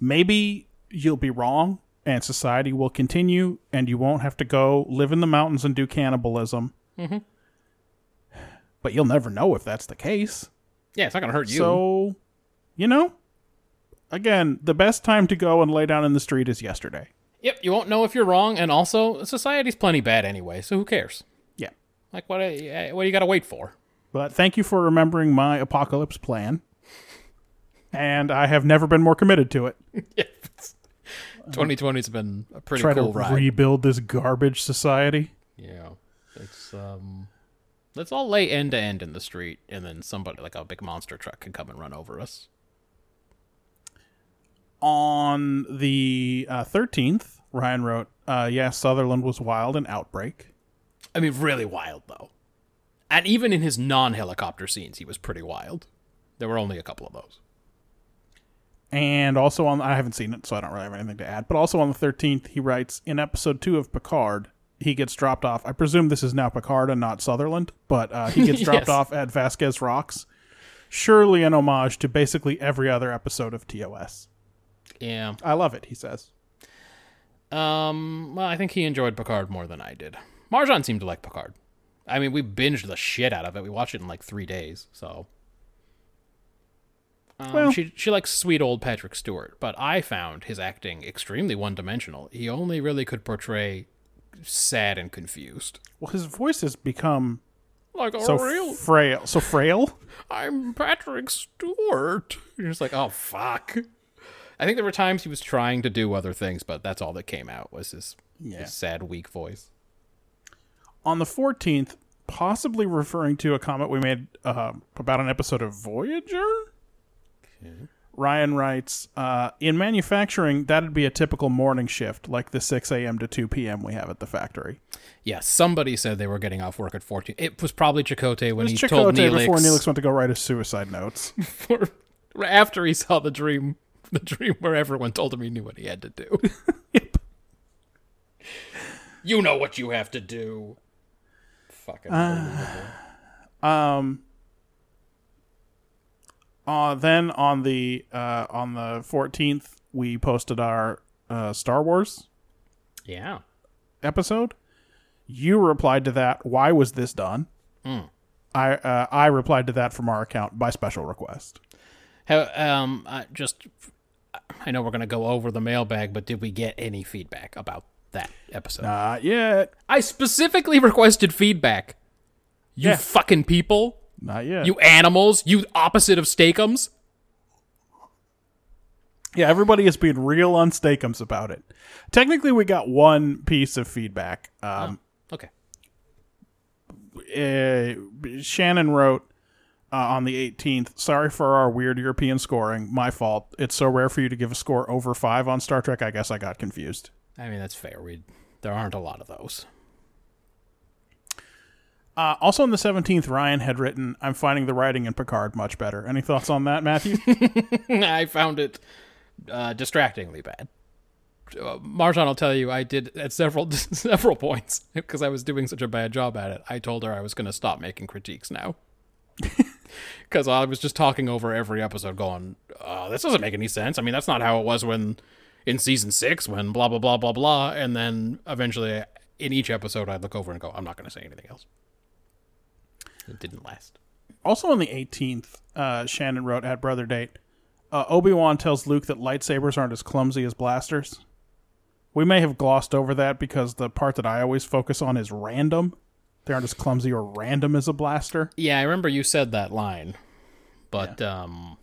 S3: maybe you'll be wrong and society will continue and you won't have to go live in the mountains and do cannibalism but you'll never know if that's the case.
S2: yeah, it's not going to hurt you.
S3: So, you know, again, the best time to go and lay down in the street is yesterday.
S2: Yep, you won't know if you're wrong, and also society's plenty bad anyway, so who cares?
S3: Yeah.
S2: Like, what? eh, What do you got to wait for?
S3: But thank you for remembering my apocalypse plan. And I have never been more committed to it.
S2: 2020's been a pretty
S3: Try
S2: cool
S3: to
S2: ride.
S3: rebuild this garbage society.
S2: yeah, it's um, let's all lay end to end in the street, and then somebody like a big monster truck can come and run over us.
S3: On the uh, 13th, Ryan wrote, uh, yeah, Sutherland was wild and outbreak.
S2: I mean, really wild though, and even in his non-helicopter scenes, he was pretty wild. There were only a couple of those.
S3: And also on, I haven't seen it, so I don't really have anything to add. But also on the 13th, he writes in episode two of Picard, he gets dropped off. I presume this is now Picard and not Sutherland, but uh, he gets dropped
S2: Yes.
S3: off at Vasquez Rocks. Surely an homage to basically every other episode of TOS.
S2: Yeah,
S3: I love it, he says.
S2: Um, well, I think he enjoyed Picard more than I did. Marjan seemed to like Picard. I mean, we binged the shit out of it. We watched it in like three days, so. Um,
S3: Well-
S2: she she likes sweet old Patrick Stewart, but I found his acting extremely one dimensional. He only really could portray sad and confused.
S3: Well, his voice has become
S2: Like,
S3: so
S2: oh, real?
S3: frail. So frail.
S2: I'm Patrick Stewart. You're just like, oh fuck. I think there were times he was trying to do other things, but that's all that came out was his,
S3: Yeah.
S2: his sad, weak voice.
S3: On the fourteenth, possibly referring to a comment we made uh, about an episode of Voyager. Ryan writes, uh, in manufacturing, that'd be a typical morning shift, like the 6 a.m. to 2 p.m. we have at the factory.
S2: Yeah, somebody said they were getting off work at 14. It was probably Chakotay when he
S3: Just
S2: told
S3: Chakotay
S2: Neelix,
S3: before Neelix went to go write his suicide notes.
S2: for- after he saw the dream, the dream where everyone told him he knew what he had to do. You know what you have to do. Fucking unbelievable.
S3: Uh, then on the uh, on the fourteenth, we posted our uh, Star Wars
S2: yeah.
S3: episode. You replied to that. Why was this done? Hmm. I uh, I replied to that from our account by special request.
S2: How, um, I just, I know we're gonna go over the mailbag, but did we get any feedback about that episode?
S3: Not yet.
S2: I specifically requested feedback. You
S3: Yeah.
S2: fucking people,
S3: Not yet.
S2: you animals, you opposite of Steakums.
S3: yeah, everybody is being real on Stakeums about it. Technically, we got one piece of feedback. Um,
S2: Okay.
S3: uh, Shannon wrote uh, on the 18th, sorry for our weird European scoring. My fault. It's so rare for you to give a score over five on Star Trek. I guess I got confused.
S2: I mean, that's fair. We there aren't a lot of those.
S3: Uh, also on the 17th, Ryan had written, I'm finding the writing in Picard much better. Any thoughts on that, Matthew?
S2: I found it uh, distractingly bad. Uh, Marjan will tell you I did at several several points because I was doing such a bad job at it. I told her I was going to stop making critiques now because I was just talking over every episode, going, uh, "This doesn't make any sense." I mean, that's not how it was when in season six when blah blah blah blah blah, and then eventually uh, in each episode I'd look over and go, "I'm not going to say anything else." It didn't last.
S3: also on the 18th, uh, Shannon wrote at Brother Date, uh, Obi Wan tells Luke that lightsabers aren't as clumsy as blasters. We may have glossed over that because the part that I always focus on is random. They aren't as clumsy or random as a blaster.
S2: Yeah, I remember you said that line, but um,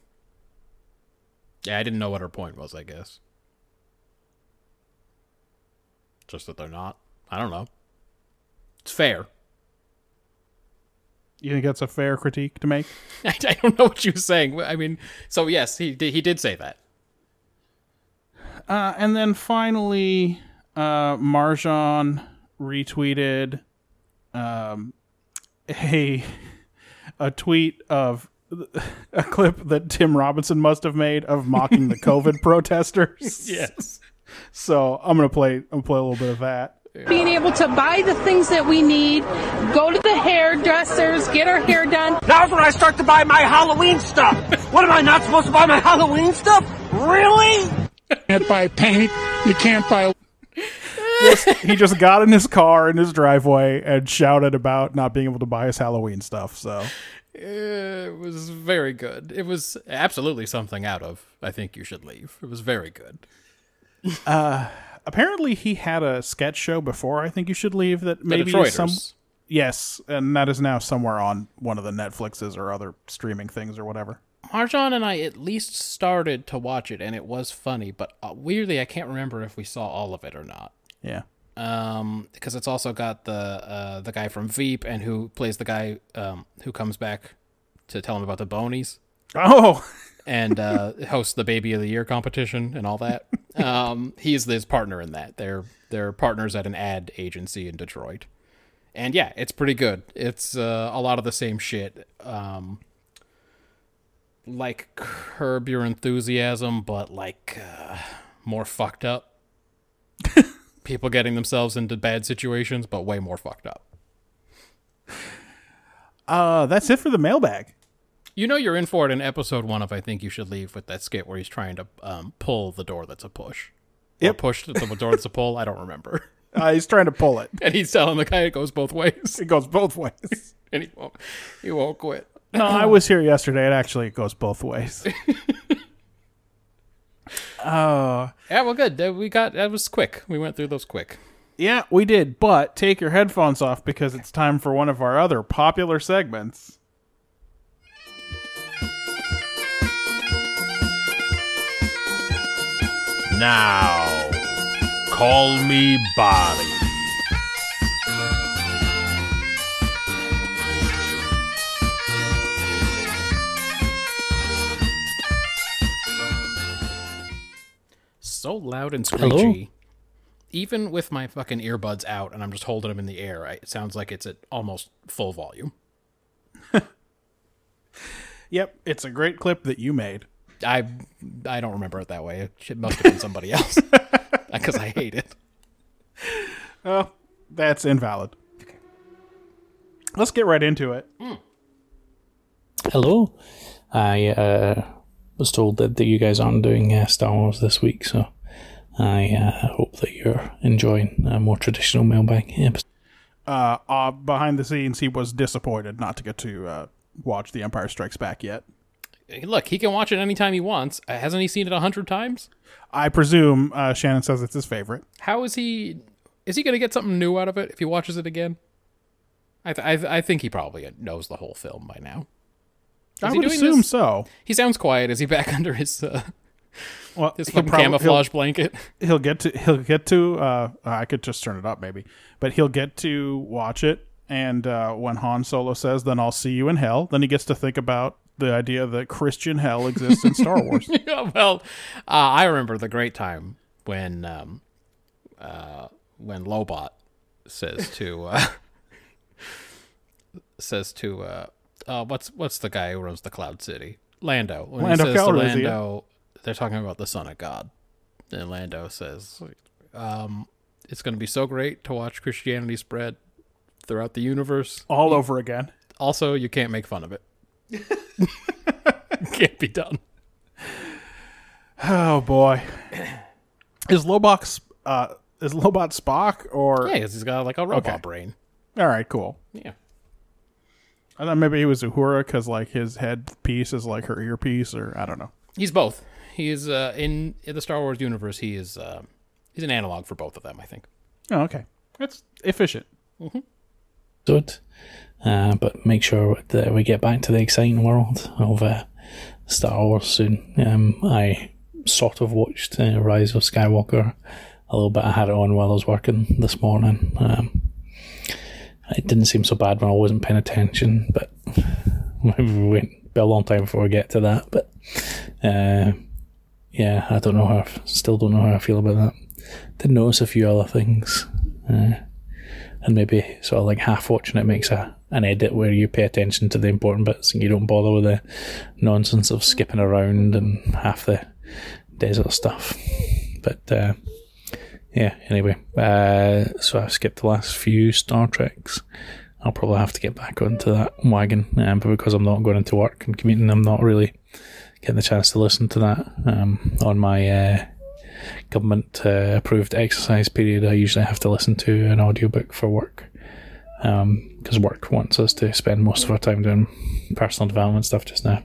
S2: yeah, I didn't know what her point was. I guess just that they're not. I don't know. It's fair.
S3: You think that's a fair critique to make?
S2: I, I don't know what you were saying. I mean, so yes, he did, he did say that.
S3: Uh, and then finally, uh, Marjan retweeted um, a a tweet of a clip that Tim Robinson must have made of mocking the COVID protesters.
S2: Yes.
S3: So I'm gonna play. I'm gonna play a little bit of that.
S5: being able to buy the things that we need, go to the hairdressers, get our hair done.
S6: Now's when I start to buy my Halloween stuff. What am I not supposed to buy my Halloween stuff? Really?
S7: can't buy paint, you can't buy
S3: He just got in his car in his driveway and shouted about not being able to buy his Halloween stuff. So
S2: It was very good. It was absolutely something out of. I think you should leave. It was very good.
S3: apparently he had a sketch show before. I think you should leave. That
S2: The
S3: maybe is
S2: Detroiters.
S3: some. Yes, and that is now somewhere on one of the Netflixes or other streaming things or whatever.
S2: Marjan and I at least started to watch it, and it was funny. But uh, weirdly, I can't remember if we saw all of it or not.
S3: Yeah.
S2: Um, because it's also got the uh, the guy from Veep and who plays the guy um, who comes back to tell him about the bonies
S3: Oh,
S2: and uh, hosts the Baby of the Year competition and all that. Um, he's his partner in that. They're they're partners at an ad agency in Detroit, and yeah, it's pretty good. It's uh, a lot of the same shit, um, like Curb Your Enthusiasm, but like uh, more fucked up. People getting themselves into bad situations, but way more fucked up.
S3: uh, that's it for the mailbag.
S2: You know you're in for it in episode one of I Think You Should Leave with that skit where he's trying to um, pull the door that's a push. Or pushed at the door to pull. I don't remember.
S3: Uh, he's trying to pull it.
S2: And he's telling the guy it goes both ways,
S3: It goes both ways.
S2: and he won't. He won't quit.
S3: No, I was here yesterday. It actually goes both ways. Uh,
S2: Yeah, well, good. That- We got that was quick. We went through those quick.
S3: yeah, we did. But take your headphones off because it's time for one of our other popular segments.
S8: Now, call me Bobby.
S2: So loud and screechy. Even with my fucking earbuds out and I'm just holding them in the air, I, it sounds like it's at almost full volume.
S3: Yep, it's a great clip that you made.
S2: I I don't remember it that way. It must have been somebody else because I hate it.
S3: That's invalid. Let's get right into it.
S1: Hello. I uh, was told that, that you guys aren't doing uh, Star Wars this week, so I uh, hope that you're enjoying a more traditional mailbag episode.
S3: Uh, uh, behind the scenes, he was disappointed not to get to uh, watch The Empire Strikes Back yet.
S2: Look, he can watch it anytime he wants. Uh, Hasn't he seen it a hundred times?
S3: I presume uh, Shannon says it's his favorite.
S2: How is he? Is he going to get something new out of it if he watches it again? I th- I, th- I think he probably knows the whole film by now. Is
S3: I
S2: he
S3: would
S2: doing
S3: assume
S2: this?
S3: so.
S2: He sounds quiet. Is he back under his uh,
S3: Well,
S2: his
S3: he'll
S2: fucking
S3: prob-
S2: camouflage blanket?
S3: He'll, he'll get to. He'll get to. Uh, I could just turn it up, maybe. But he'll get to watch it, and uh, when Han Solo says, "Then I'll see you in hell," then he gets to think about the idea that Christian hell exists in Star Wars.
S2: Yeah, well, uh, I remember the great time when um, uh, when Lobot says to uh, says to uh, uh, what's what's the guy who runs the Cloud City? Lando. When
S3: Lando
S2: he says to
S3: Calrissian.
S2: Lando, they're talking about the Son of God, and Lando says, um, "It's going to be so great to watch Christianity spread throughout the universe."
S3: All over again.
S2: Also, you can't make fun of it. can't be done.
S3: Oh boy, is Lobot uh, is Lobot Spock or?
S2: Yeah, 'cause he's got like a robot
S3: Okay.
S2: brain.
S3: All right, cool.
S2: Yeah.
S3: I thought maybe he was Uhura because like his head piece is like her earpiece, or I don't know.
S2: He's both. He is uh, in, in the Star Wars universe. He is uh, he's an analog for both of them. I think.
S3: Oh, okay, that's efficient.
S1: Uh, but make sure that we get back to the exciting world of uh, Star Wars soon. Um, I sort of watched uh, Rise of Skywalker a little bit. I had it on while I was working this morning. Um, it didn't seem so bad when I wasn't paying attention, but we went a long time before we get to that. But uh, yeah, I don't know how. I f- still don't know how I feel about that. Did notice a few other things. Uh, and maybe sort of like half watching it makes a an edit where you pay attention to the important bits and you don't bother with the nonsense of skipping around and half the desert stuff. But uh, yeah, anyway, uh, so I've skipped the last few Star Treks. I'll probably have to get back onto that wagon, um, but because I'm not going into work and commuting, I'm not really getting the chance to listen to that um, on my. Uh, government uh, approved exercise period, I usually have to listen to an audiobook for work. Because work wants us to spend most of our time doing personal development stuff just now.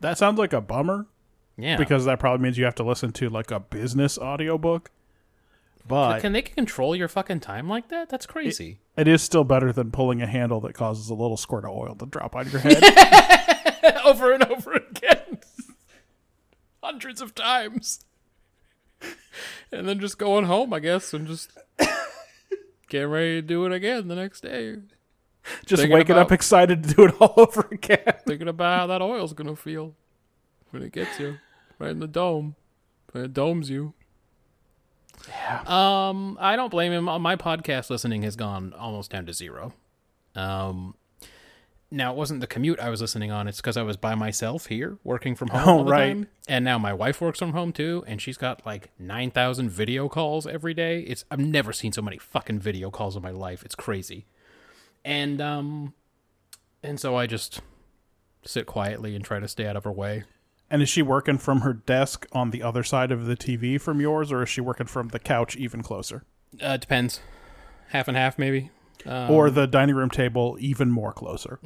S3: That sounds like a bummer
S2: Yeah.
S3: because that probably means you have to listen to like a business audiobook. But
S2: can they control your fucking time like that? That's crazy.
S3: it is still better than pulling a handle that causes a little squirt of oil to drop on your head.
S2: over and over again, hundreds of times, and then just going home, I guess, and just getting ready to do it again the next day,
S3: Just
S2: Thinking
S3: waking up
S2: about-
S3: excited to do it all over again.
S2: thinking about how that oil's gonna feel when it gets you right in the dome, when it domes you. Um, I don't blame him. My podcast listening has gone almost down to zero. Um, now it wasn't the commute I was listening on; it's because I was by myself here, working from home.
S3: Oh,
S2: all the
S3: right.
S2: time. And now my wife works from home too, and she's got like nine thousand video calls every day. It's I've never seen so many fucking video calls in my life. It's crazy. And um, and so I just sit quietly and try to stay out of her way.
S3: And is she working from her desk on the other side of the TV from yours, or is she working from the couch even closer?
S2: Uh, it depends. Half and half, maybe.
S3: or
S2: Um,
S3: the dining room table even more closer?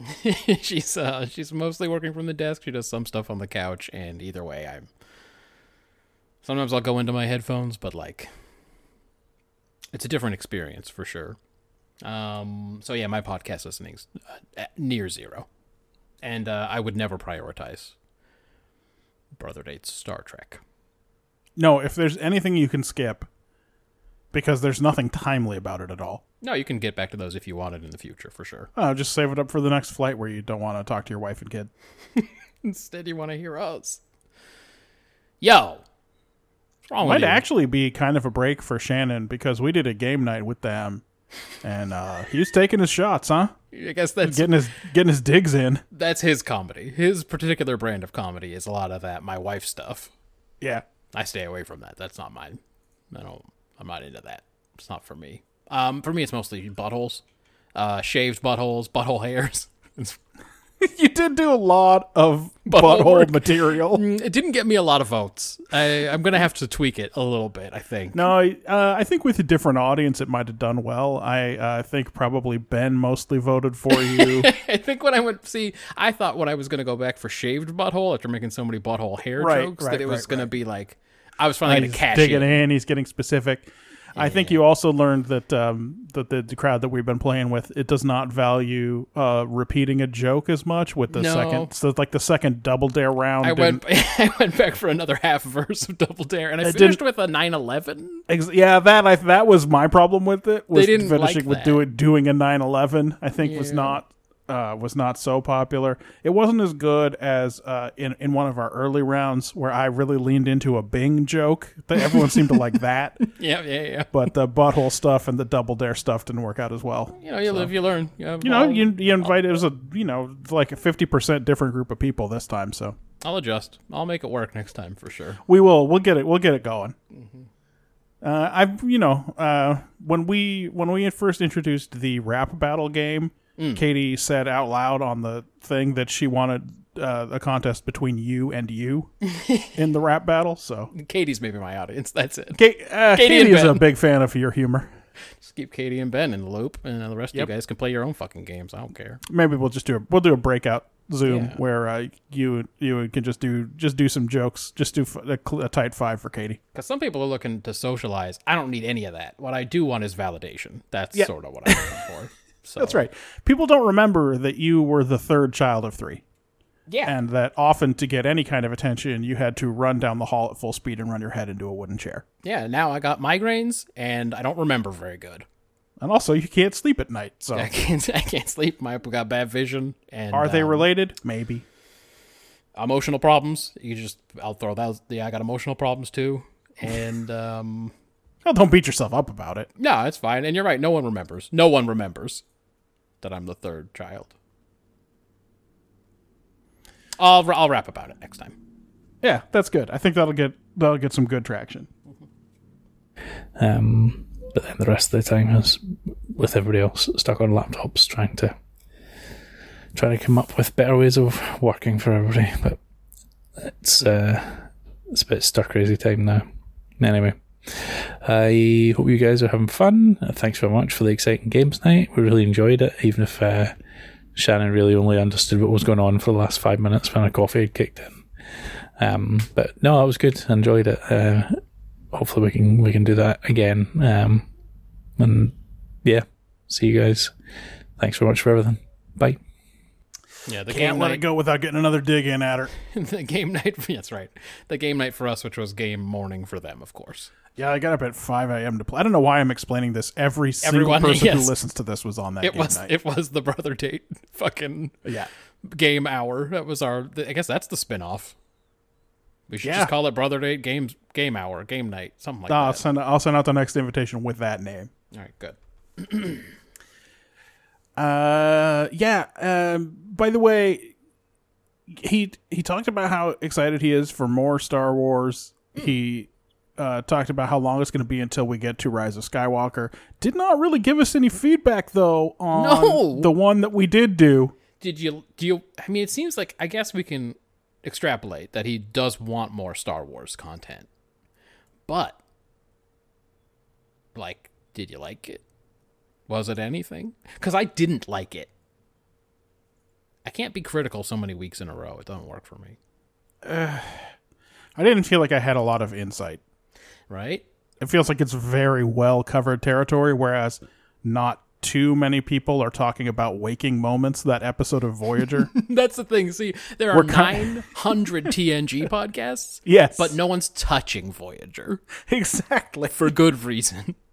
S2: she's uh, she's mostly working from the desk. She does some stuff on the couch, and either way, I'm. Sometimes I'll go into my headphones, but like, it's a different experience for sure. Um. So yeah, my podcast listening's uh, at near zero, and uh, I would never prioritize. Brother dates Star Trek.
S3: No, if there's anything you can skip, because there's nothing timely about it at all.
S2: No, you can get back to those if you want it in the future for sure.
S3: Oh, just save it up for the next flight where you don't want to talk to your wife and kid.
S2: Instead, you want to hear us. Yo, what's wrong with
S3: Might
S2: you?
S3: actually be kind of a break for Shannon because we did a game night with them, and uh, he was taking his shots, huh?
S2: I guess that's
S3: Getting his getting his digs in.
S2: that's his comedy. His particular brand of comedy is a lot of that my wife stuff.
S3: Yeah,
S2: I stay away from that. That's not mine. I don't. I'm not into that. It's not for me. Um, for me, it's mostly buttholes, uh, shaved buttholes, butthole hairs. It's-
S3: you did do a lot of
S2: Butthole
S3: butthole
S2: work. Mm.
S3: material.
S2: it didn't get me a lot of votes. I, I'm gonna have to tweak it a little bit. I think.
S3: No, I- uh, I think with a different audience, it might have done well. I uh, think probably Ben mostly voted for you.
S2: I think when I went see, I thought when I was gonna go back for shaved butthole after making so many butthole hair
S3: Right,
S2: jokes
S3: right,
S2: that it was
S3: right,
S2: gonna
S3: right.
S2: be like I was finally
S3: he's
S2: gonna cash in.
S3: digging in. He's getting specific. I think you also learned that um, that the, the crowd that we've been playing with it does not value uh, repeating a joke as much with the
S2: No.
S3: second so like the second double dare round.
S2: I went.
S3: didn't-
S2: I went back for another half verse of Double Dare, and I
S3: That
S2: finished
S3: didn't-
S2: with a nine eleven.
S3: ex- yeah that I, that was my problem with it was
S2: didn't like
S3: finishing with
S2: that.
S3: doing doing a nine eleven. I think was not uh, was not so popular. It wasn't as good as uh, in in one of our early rounds where I really leaned into a Bing joke. That everyone seemed to like that,
S2: Yeah, yeah, yeah.
S3: but the butthole stuff and the double dare stuff didn't work out as well.
S2: You know, you live, you learn.
S3: You know, you, you invite it was a you know like a fifty percent different group of people this time, so
S2: I'll adjust. I'll make it work next time for sure.
S3: we will we'll get it we'll get it going. Uh, I've you know uh, when we when we had first introduced the rap battle game, Katie said out loud on the thing that she wanted uh, a contest between you and you in the rap battle. So
S2: Katie's maybe my audience. That's it.
S3: Kate, uh,
S2: Katie
S3: Katie,
S2: and
S3: is a
S2: Ben.
S3: big fan of your humor.
S2: Just keep Katie and Ben in the loop, and the rest of you guys can play your own fucking games. I don't care.
S3: Maybe we'll just do a we'll do a breakout Zoom
S2: Yeah.
S3: where uh, you you can just do just do some jokes, just do f- a, cl- a tight five for Katie.
S2: Because some people are looking to socialize. I don't need any of that. What I do want is validation. That's sort of what I'm looking for. So,
S3: That's right. People don't remember that you were the third child of three,
S2: Yeah.
S3: and that often to get any kind of attention, you had to run down the hall at full speed and run your head into a wooden chair.
S2: yeah. Now I got migraines, and I don't remember very good.
S3: And also, you can't sleep at night. So,
S2: I can't. I can't sleep. My got bad vision. And
S3: are they
S2: um,
S3: related? Maybe.
S2: emotional problems? You just. I'll throw that. Yeah, I got emotional problems too. And um,
S3: Well, Oh, don't beat yourself up about it.
S2: No, it's fine. And you're right. No one remembers. No one remembers that I'm the third child. I'll, I'll rap about it next time.
S3: Yeah, that's good. I think that'll get that'll get some good traction.
S1: Um, but then the rest of the time is with everybody else stuck on laptops trying to trying to come up with better ways of working for everybody. But it's uh, it's a bit stir crazy time now. Anyway, I hope you guys are having fun. Uh, Thanks very much for the exciting games night. We really enjoyed it, even if uh, Shannon really only understood what was going on for the last five minutes when a coffee had kicked in. Um, but no, it was good. I enjoyed it. Uh, hopefully we can we can do that again. Um, and yeah, see you guys. Thanks very much for everything. Bye.
S2: Yeah, the
S3: Can't
S2: game
S3: let
S2: night,
S3: it go without getting another dig in at her.
S2: the game night. That's right. The game night for us, which was game morning for them, of course.
S3: Yeah, I got up at five a.m. to play. I don't know why I'm explaining this. Every single
S2: Everyone-
S3: person
S2: yes.
S3: who listens to this was on that
S2: It
S3: game
S2: was
S3: night.
S2: it was the brother date fucking
S3: yeah,
S2: game hour. That was our. I guess that's the spinoff. We should
S3: Yeah.
S2: just call it brother date games game hour game night something like
S3: I'll
S2: that.
S3: send I'll send out the next invitation with that name.
S2: All right, good.
S3: Uh, yeah. Um, by the way, he he talked about how excited he is for more Star Wars.
S2: Hmm.
S3: He uh, talked about how long it's going to be until we get to Rise of Skywalker. Did not really give us any feedback though on
S2: No!
S3: the one that we did do.
S2: did you do you i mean it seems like i guess we can extrapolate that he does want more Star Wars content. But like did you like it? Was it anything? Cuz I didn't like it. I can't be critical so many weeks in a row. It doesn't work for me,
S3: I didn't feel like I had a lot of insight.
S2: right?
S3: It feels like it's very well covered territory, whereas not too many people are talking about waking moments. That episode of Voyager.
S2: That's the thing. See, there are
S3: We're kin-
S2: 900 TNG podcasts.
S3: Yes.
S2: But no one's touching Voyager
S3: exactly.
S2: for good reason.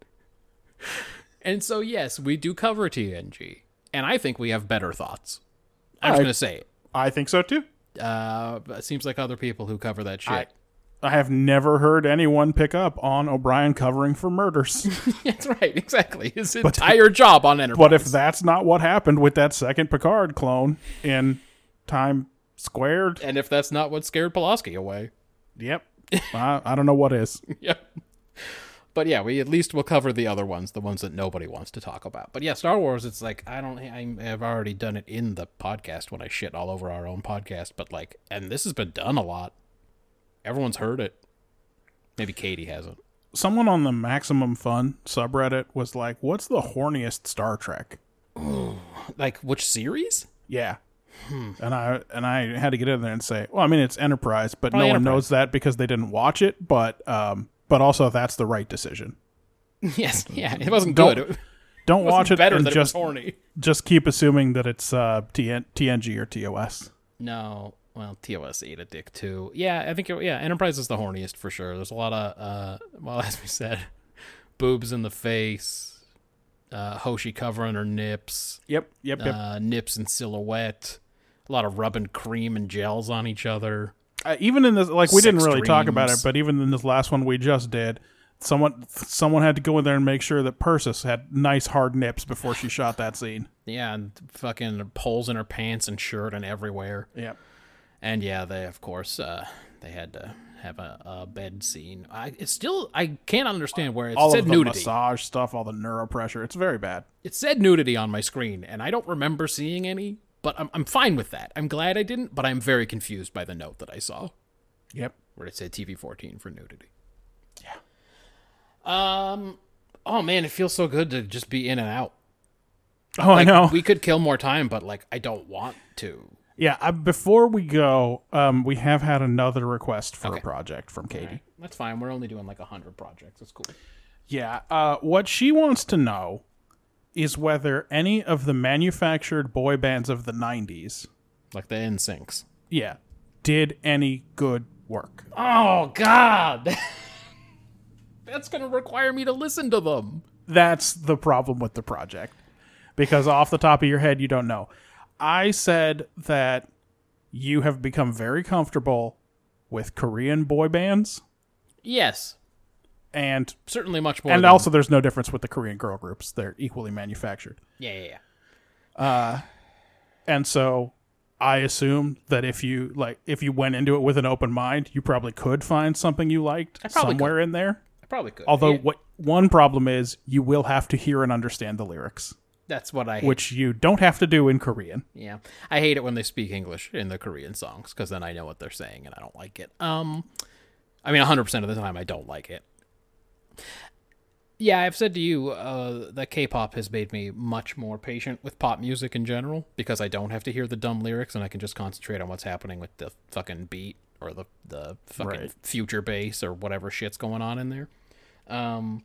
S2: And so, yes, we do cover TNG. And I think we have better thoughts. I'm just
S3: I-
S2: going to say it.
S3: I think so too.
S2: Uh, but it seems like other people who cover that shit.
S3: I have never heard anyone pick up on O'Brien covering for murders.
S2: That's right. Exactly. His entire job on Enterprise.
S3: but if that's not what happened with that second Picard clone in Time Squared,
S2: and if that's not what scared Pulaski away.
S3: yep. I, I don't know what is.
S2: yeah. But yeah, we at least will cover the other ones, the ones that nobody wants to talk about. But yeah, Star Wars, it's like I don't, I'm, I've already done it in the podcast when I shit all over our own podcast. But like, and this has been done a lot. Everyone's heard it. Maybe Katie hasn't.
S3: Someone on the Maximum Fun subreddit was like, "What's the horniest Star Trek?"
S2: Like which series?
S3: Yeah.
S2: Hmm.
S3: And I and I had to get in there and say, well, I mean it's Enterprise, but
S2: Probably
S3: no
S2: Oh,
S3: one
S2: Enterprise.
S3: knows that because they didn't watch it. But um, but also that's the right decision.
S2: yes, yeah, it wasn't
S3: Don't-
S2: good. It
S3: Don't
S2: wasn't
S3: watch it
S2: better
S3: and
S2: than
S3: just
S2: it was horny.
S3: just keep assuming that it's uh, TN- TNG or TOS.
S2: No, well, TOS ate a dick too. Yeah, I think it, yeah, Enterprise is the horniest for sure. There's a lot of uh, well, as we said, boobs in the face, uh, Hoshi covering her nips,
S3: Yep, yep, yep.
S2: uh, nips in silhouette, a lot of rubbing cream and gels on each other.
S3: Uh, even in this, like we didn't
S2: sex
S3: really talk about it,
S2: dreams.
S3: but even in this last one we just did, someone someone had to go in there and make sure that Persis had nice hard nips before she shot that scene.
S2: Yeah, and fucking poles in her pants and shirt and everywhere.
S3: Yep.
S2: And yeah, they of course uh, they had to have a, a bed scene. I it's still I can't understand where it's,
S3: All
S2: it
S3: of
S2: said
S3: the
S2: nudity.
S3: massage stuff, all the neuropressure. It's very bad.
S2: it said nudity on my screen, and I don't remember seeing any, but I'm, I'm fine with that. I'm glad I didn't, but I'm very confused by the note that I saw
S3: Yep.
S2: where it said TV 14 for nudity. Yeah. Um. Oh man, it feels so good to just be in and out.
S3: Oh, I know.
S2: We could kill more time, but like I don't want to.
S3: Yeah, I, before we go, um, we have had another request for a project from Katie.
S2: That's fine. We're only doing like hundred projects. That's cool.
S3: Yeah, uh, what she wants to know is whether any of the manufactured boy bands of the 90s,
S2: Like the end sinks.
S3: yeah, did any good work.
S2: Oh God. That's gonna require me to listen to them.
S3: That's the problem with the project. Because off the top of your head, you don't know. I said that you have become very comfortable with Korean boy bands
S2: Yes,
S3: and
S2: certainly much more.
S3: and
S2: than-
S3: also there's no difference with the Korean girl groups. They're equally manufactured.
S2: yeah, yeah, yeah.
S3: And so I assumed that if you like if you went into it with an open mind, you probably could find something you liked
S2: probably
S3: somewhere in there.
S2: I probably could.
S3: Although
S2: Yeah.
S3: what one problem is you will have to hear and understand the lyrics,
S2: That's what I hate.
S3: which you don't have to do in Korean.
S2: yeah, I hate it when they speak English in the Korean songs because then I know what they're saying and I don't like it. Um, I mean, hundred percent of the time I don't like it. Yeah, I've said to you uh, that K-pop has made me much more patient with pop music in general because I don't have to hear the dumb lyrics and I can just concentrate on what's happening with the fucking beat or the the fucking
S3: Right.
S2: future bass or whatever shit's going on in there. Um,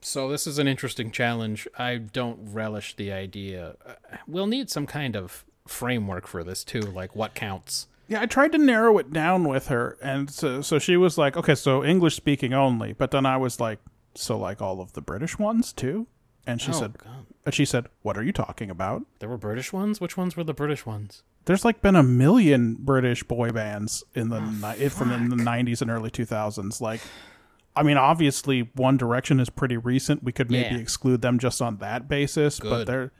S2: so this is an interesting challenge. I don't relish the idea. Uh, We'll need some kind of framework for this too, like what counts.
S3: Yeah, I tried to narrow it down with her and so so she was like, "Okay, so English speaking only." But then I was like, "So like all of the British ones too?" And she said
S2: Oh, God.
S3: and she said, "What are you talking about?"
S2: There were British ones. Which ones were the British ones?
S3: there's like been a million British boy bands in the ni- from the nineties and early two thousands. Like, I mean, obviously One Direction is pretty recent. We could maybe
S2: Yeah.
S3: exclude them just on that basis, but
S2: Good.
S3: they're,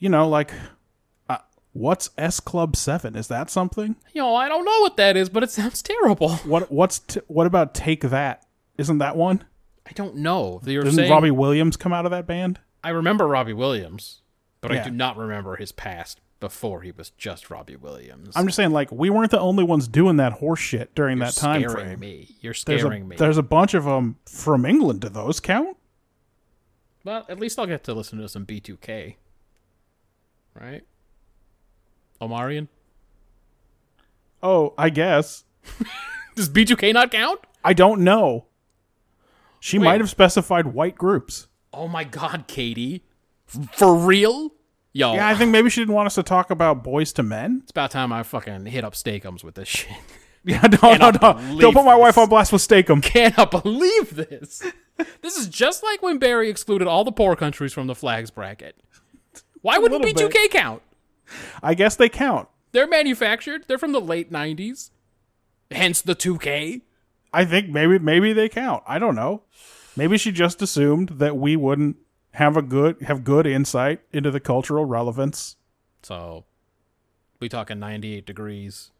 S3: you know, like, uh, what's S Club Seven? Is that something?
S2: You know, I don't know what that is, but it sounds terrible.
S3: What what's t- what about Take That? Isn't that one?
S2: I don't know. You're
S3: Doesn't
S2: saying
S3: Robbie Williams come out of that band?
S2: I remember Robbie Williams, but I
S3: Yeah.
S2: do not remember his past before he was just Robbie Williams.
S3: I'm just saying, like, we weren't the only ones doing that horse shit during that time
S2: scaring
S3: frame.
S2: me. You're
S3: There's a,
S2: scaring me.
S3: there's a bunch of them from England. Do those count?
S2: Well, at least I'll get to listen to some B2K. Right? Omarion?
S3: Oh, I guess.
S2: Does B2K not count?
S3: I don't know. She
S2: Wait.
S3: might have specified white groups.
S2: Oh my god, Katie. F- For real? Yo,
S3: Yeah, I think maybe she didn't want us to talk about boys to men.
S2: it's about time I fucking hit up Steakums with this shit.
S3: Yeah, no, no,
S2: Cannot
S3: no.
S2: believe
S3: Don't put my wife
S2: this.
S3: on blast with Steakum.
S2: Cannot believe this. This is just like when Barry excluded all the poor countries from the flags bracket. Why wouldn't
S3: little
S2: B2K count?
S3: I guess they count.
S2: They're manufactured, they're from the late 90s. Hence the 2K.
S3: I think maybe maybe they count. I don't know. Maybe she just assumed that we wouldn't have a good have good insight into the cultural relevance
S2: So we talking 98 degrees.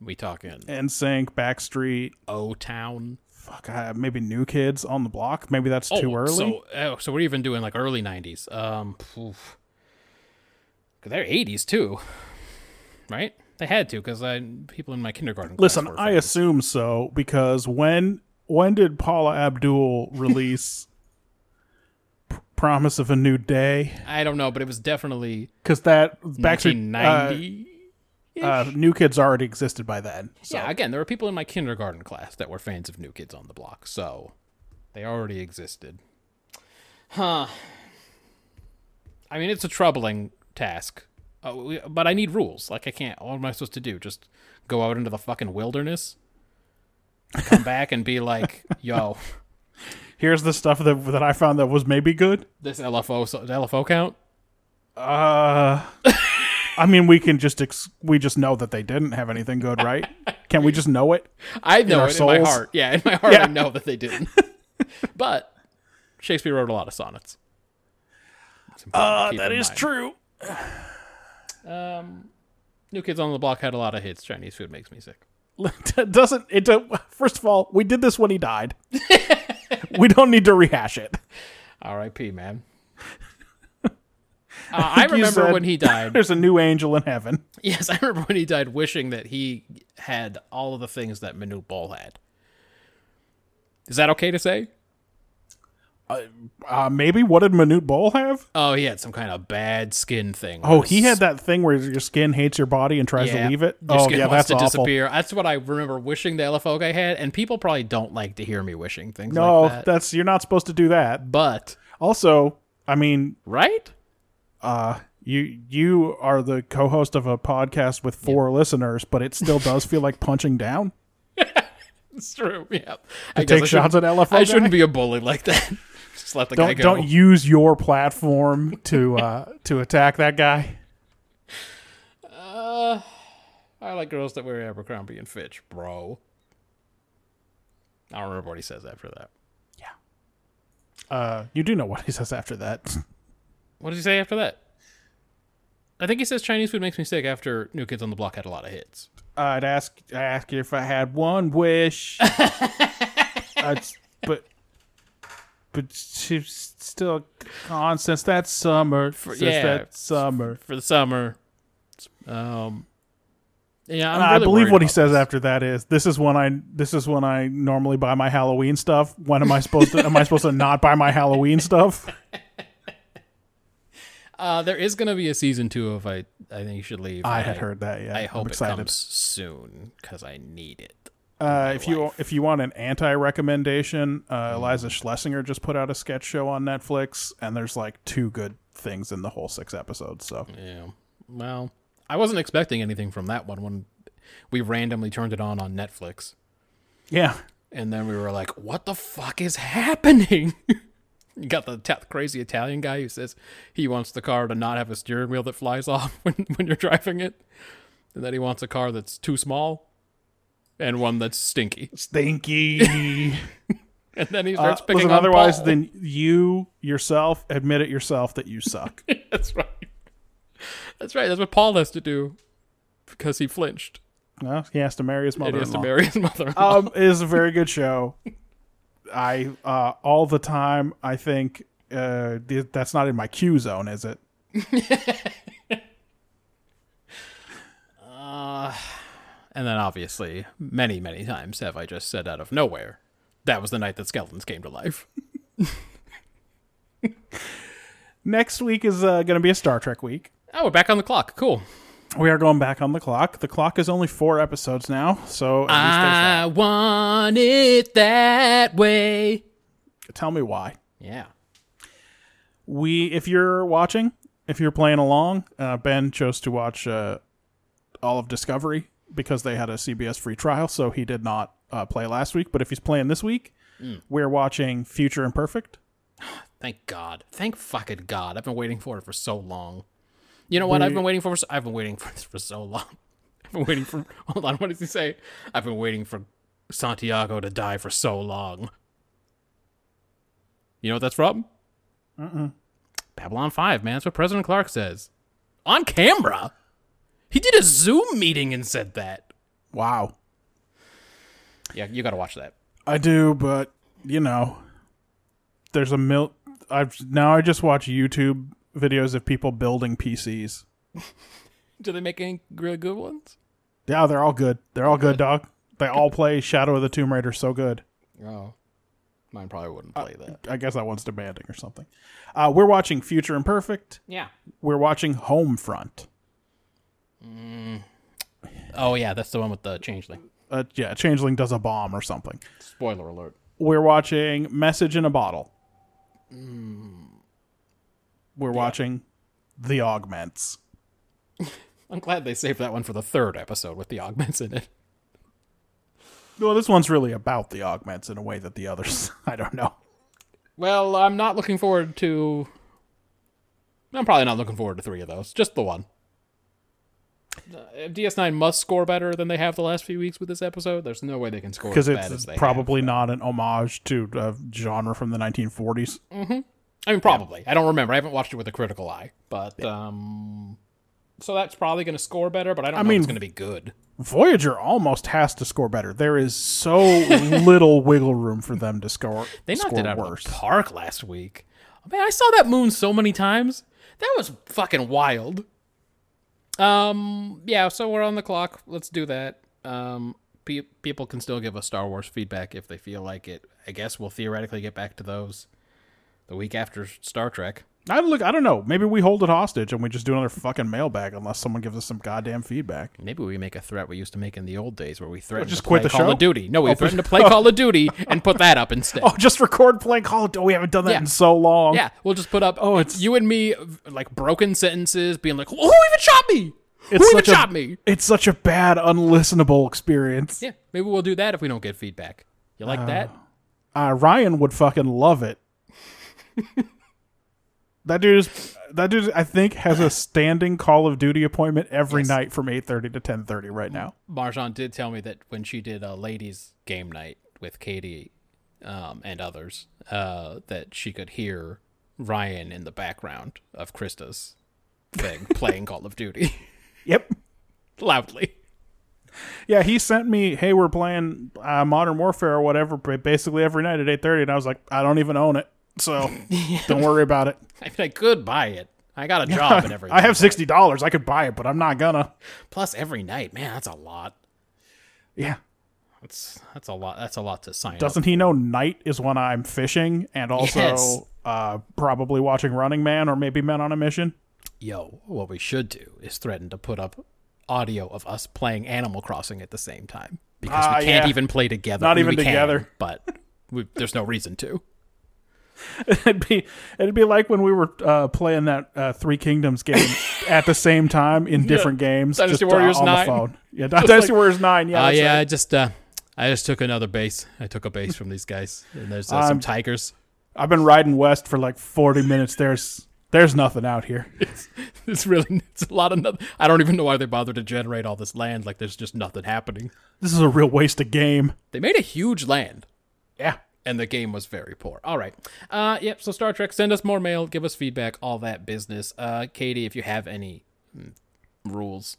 S2: We talking
S3: and sync Backstreet.
S2: O Town.
S3: Fuck, I, maybe new kids on the block. Maybe that's too early.
S2: So, oh, so we're even doing like early 90s. Um, oof. 'Cause they're 80s too, right? They had to because I people in my kindergarten. class
S3: Listen,
S2: were
S3: I
S2: fans.
S3: assume so because when when did Paula Abdul release P- Promise of a New Day?
S2: I don't know, but it was definitely
S3: Because that Backstreet uh,
S2: 1990.
S3: uh, New Kids already existed by then. So
S2: yeah, again, there were people in my kindergarten class that were fans of New Kids on the Block, so they already existed. Huh. I mean, it's a troubling task, uh, we, but I need rules. Like, I can't. What am I supposed to do? Just go out into the fucking wilderness, come back, and be like, "Yo,
S3: here's the stuff that that I found that was maybe good.
S2: this LFO so- LFO count."
S3: Uh, I mean, we can just ex- we just know that they didn't have anything good, right? Can we just know it?
S2: I know
S3: our
S2: it in my
S3: souls.
S2: heart. Yeah, in my heart,
S3: Yeah.
S2: I know that they didn't. but Shakespeare wrote a lot of sonnets. It's important to keep in mind.
S3: Ah, true.
S2: New Kids on the Block had a lot of hits. Chinese food makes me sick.
S3: Doesn't it? do- First of all, we did this when he died. we don't need to rehash it.
S2: R.I.P. Man. Uh, I
S3: You
S2: remember
S3: said
S2: when he died.
S3: There's a new angel in heaven.
S2: yes, I remember when he died, wishing that he had all of the things that Manute Bol had. Is that okay to say?
S3: Uh, maybe what did Manute Bol have?
S2: Oh, he had some kind of bad skin thing.
S3: Oh, he had that thing where your skin hates your body and tries to leave it.
S2: Your
S3: oh,
S2: skin
S3: yeah,
S2: wants
S3: that's
S2: to
S3: awful.
S2: disappear. That's what I remember wishing the LFO guy had, and people probably don't like to hear me wishing things
S3: No,
S2: like that.
S3: that's you're not supposed to do that.
S2: but
S3: Also, I mean,
S2: right?
S3: you you are the co-host of a podcast with four listeners, but it still does feel like punching down.
S2: It's true. Yeah. I guess
S3: take
S2: I
S3: shots
S2: shouldn't-
S3: at LFO
S2: I
S3: guy?
S2: shouldn't be a bully like that. Just let the guy
S3: Don't
S2: go.
S3: don't use your platform to uh, to attack that guy.
S2: Uh, I like girls that wear Abercrombie and Fitch, bro. I don't remember what he says after that.
S3: Uh, you do know what he says after that.
S2: What does he say after that? I think he says Chinese food makes me sick after New Kids on the Block had a lot of hits.
S3: I'd ask I'd ask you if I had one wish. I'd, but but she's still gone since that summer. since
S2: yeah.
S3: that summer.
S2: For the summer. Um Yeah, I'm
S3: And
S2: really
S3: I believe
S2: worried
S3: what he
S2: about
S3: says
S2: this.
S3: after that is this is when I this is when I normally buy my Halloween stuff. When am I supposed to am I supposed to not buy my Halloween stuff?
S2: Uh, there is going to be a season two of I. I think you should leave.
S3: I had heard that. Yeah,
S2: I hope
S3: am
S2: it
S3: excited.
S2: comes soon because I need it.
S3: uh, if you if you want an anti recommendation,
S2: Mm-hmm.
S3: uh, Eliza Schlesinger just put out a sketch show on Netflix, and there's like two good things in the whole six episodes. So
S2: Yeah. Well, I wasn't expecting anything from that one when we randomly turned it on on Netflix,
S3: yeah,
S2: and then we were like, "What the fuck is happening?" you got the ta- crazy Italian guy who says he wants the car to not have a steering wheel that flies off when when you're driving it, and that he wants a car that's too small. And one that's stinky,
S3: stinky.
S2: and then he
S3: Uh,
S2: starts picking
S3: listen,
S2: on
S3: otherwise,
S2: Paul.
S3: then you yourself admit it yourself that you suck.
S2: That's right. That's right. That's what Paul has to do because he flinched.
S3: well, he has to marry his
S2: And
S3: mother.
S2: he has to marry his mother.
S3: um, it is a very good show. I uh, all the time. I think uh, th- that's not in my Q zone, is it?
S2: And then obviously, many, many times have I just said out of nowhere, that was the night that skeletons came to life.
S3: Next week is uh, going to be a Star Trek week.
S2: Oh, we're back on the clock. Cool.
S3: We are going back on the clock. The clock is only four episodes now, so at least there's that.
S2: I want it that way.
S3: tell me why.
S2: Yeah.
S3: we if you're watching if you're playing along uh, ben chose to watch uh, all of discovery because they had a cbs free trial so he did not uh, play last week but if he's playing this week we're watching future imperfect
S2: Thank God. Thank fucking God. I've been waiting for it for so long. You know what? I've been waiting for. I've been waiting for this for so long. I've been waiting for. Hold on. What does he say? I've been waiting for Santiago to die for so long. You know what that's from? Uh-uh. Babylon Five, man. That's what President Clark says on camera. He did a Zoom meeting and said that.
S3: wow
S2: Yeah, you got to watch that.
S3: i do but you know there's a mil i've now i just watch youtube videos of people building pcs
S2: Do they make any really good ones?
S3: yeah they're all good they're all good dog they all play shadow of the tomb raider so good
S2: Oh, mine probably wouldn't play that.
S3: i guess that one's demanding or something uh, we're watching future imperfect
S2: Yeah.
S3: we're watching Homefront.
S2: Oh yeah, that's the one with the changeling.
S3: Uh, yeah, Changeling does a bomb or something.
S2: Spoiler alert.
S3: We're watching Message in a Bottle.
S2: Mm.
S3: We're watching The Augments.
S2: I'm glad they saved that one for the third episode with the augments in it.
S3: Well, this one's really about the Augments in a way that the others, I don't know.
S2: Well, I'm not looking forward to. I'm probably not looking forward to three of those. Just the one. Uh, DS9 must score better than they have the last few weeks with this episode. There's no way they can score
S3: Because
S2: as bad as
S3: it's
S2: they
S3: probably not an homage to a genre from the 1940s.
S2: Have. I mean, probably. I don't remember. I haven't watched it with a critical eye, but um, so that's probably going to score better. But I don't know if
S3: mean-
S2: it's going to be good.
S3: Voyager almost has to score better. There is so little wiggle room for them to score,
S2: They knocked
S3: score
S2: it out
S3: worse.
S2: of the park last week. Oh, Man, I saw that moon so many times. That was fucking wild. Um, yeah. So we're on the clock. Let's do that. Um, pe- people can still give us Star Wars feedback if they feel like it. I guess we'll theoretically get back to those the week after Star Trek.
S3: I look. I don't know. Maybe we hold it hostage and we just do another fucking mailbag unless someone gives us some goddamn feedback.
S2: Maybe we make a threat we used to make in the old days where we threatened
S3: just
S2: to play
S3: quit the
S2: Call
S3: show?
S2: of Duty. No, we
S3: Oh, for-
S2: threatened to play Call of Duty and put that up instead.
S3: Oh, just record playing Call of Duty. We haven't done that
S2: Yeah.
S3: in so long.
S2: Yeah, we'll just put up.
S3: Oh, it's-
S2: you and me, like broken sentences, being like, "Who even shot me? Who even
S3: such a-
S2: shot me?"
S3: It's such a bad, unlistenable experience.
S2: Yeah, maybe we'll do that if we don't get feedback. You
S3: Oh.
S2: like that?
S3: Uh, Ryan would fucking love it. that dude's. That dude, I think, has a standing Call of Duty appointment every night from eight thirty to ten thirty right now.
S2: Marjan did tell me that when she did a ladies' game night with Katie um, and others, uh, that she could hear Ryan in the background of Krista's thing playing Call of Duty
S3: Yep.
S2: loudly.
S3: Yeah, he sent me, "Hey, we're playing uh, Modern Warfare or whatever, ba- basically every night at 8:30." And I was like, "I don't even own it, so don't worry about it.
S2: I mean, I could buy it. I got a job and everything.
S3: I have sixty dollars. I could buy it, but I'm not gonna."
S2: plus every night. Man, that's a lot.
S3: Yeah.
S2: That's that's a lot. That's a lot to sign. up
S3: Doesn't he know night is when I'm fishing and also
S2: Yes.
S3: uh, probably watching Running Man or maybe Men on a Mission?
S2: Yo, what we should do is threaten to put up audio of us playing Animal Crossing at the same time because
S3: Ah,
S2: we can't
S3: yeah.
S2: even play together.
S3: Not
S2: I mean,
S3: even
S2: we can,
S3: together.
S2: but we, there's no reason to.
S3: it'd be it'd be like when we were uh, playing that uh, Three Kingdoms game at the same time in different games,
S2: Dynasty
S3: just,
S2: Warriors
S3: uh, on
S2: 9.
S3: the phone. Yeah, Dynasty
S2: like-
S3: Warriors Nine. Yeah,
S2: Uh,
S3: that's
S2: yeah,
S3: right.
S2: I just uh, I just took another base. I took a base from these guys, and there's uh, some
S3: I'm-
S2: tigers.
S3: I've been riding west for like 40 minutes. There's there's nothing out here.
S2: It's really it's a lot of. Nothing. I don't even know why they bothered to generate all this land. Like there's just nothing happening.
S3: This is a real waste of game.
S2: They made a huge land.
S3: Yeah.
S2: and the game was very poor. All right. Uh, yep. So Star Trek, send us more mail, give us feedback, all that business. Uh, Katie, if you have any mm, rules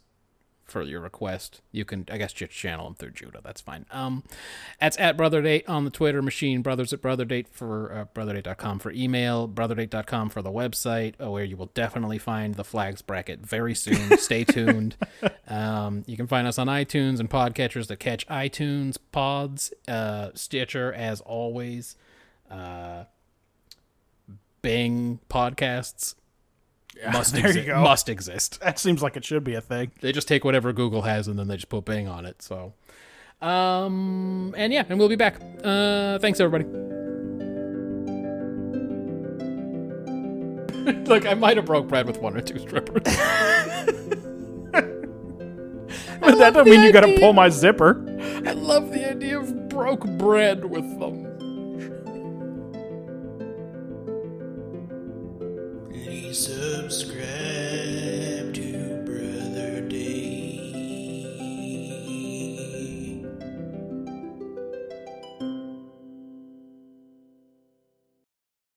S2: for your request. You can, I guess, just channel them through Judah. That's fine. Um, that's at Brother Date on the Twitter machine, brothers at Brother Date for uh, brotherdate.com for email, brotherdate.com for the website, uh, where you will definitely find the flags bracket very soon. Stay tuned. Um, you can find us on iTunes and podcatchers that catch iTunes, pods, uh, Stitcher, as always, uh, Bing podcasts. must
S3: there you
S2: exist.
S3: go.
S2: Must exist
S3: That seems like it should be a thing.
S2: they just take whatever Google has and then they just put Bing on it. So, um, and yeah, and we'll be back. Uh, thanks everybody. Look, I might have broke bread with one or two strippers.
S3: But that doesn't mean you got to pull my zipper.
S2: I love the idea of broke bread with them.
S9: Please subscribe.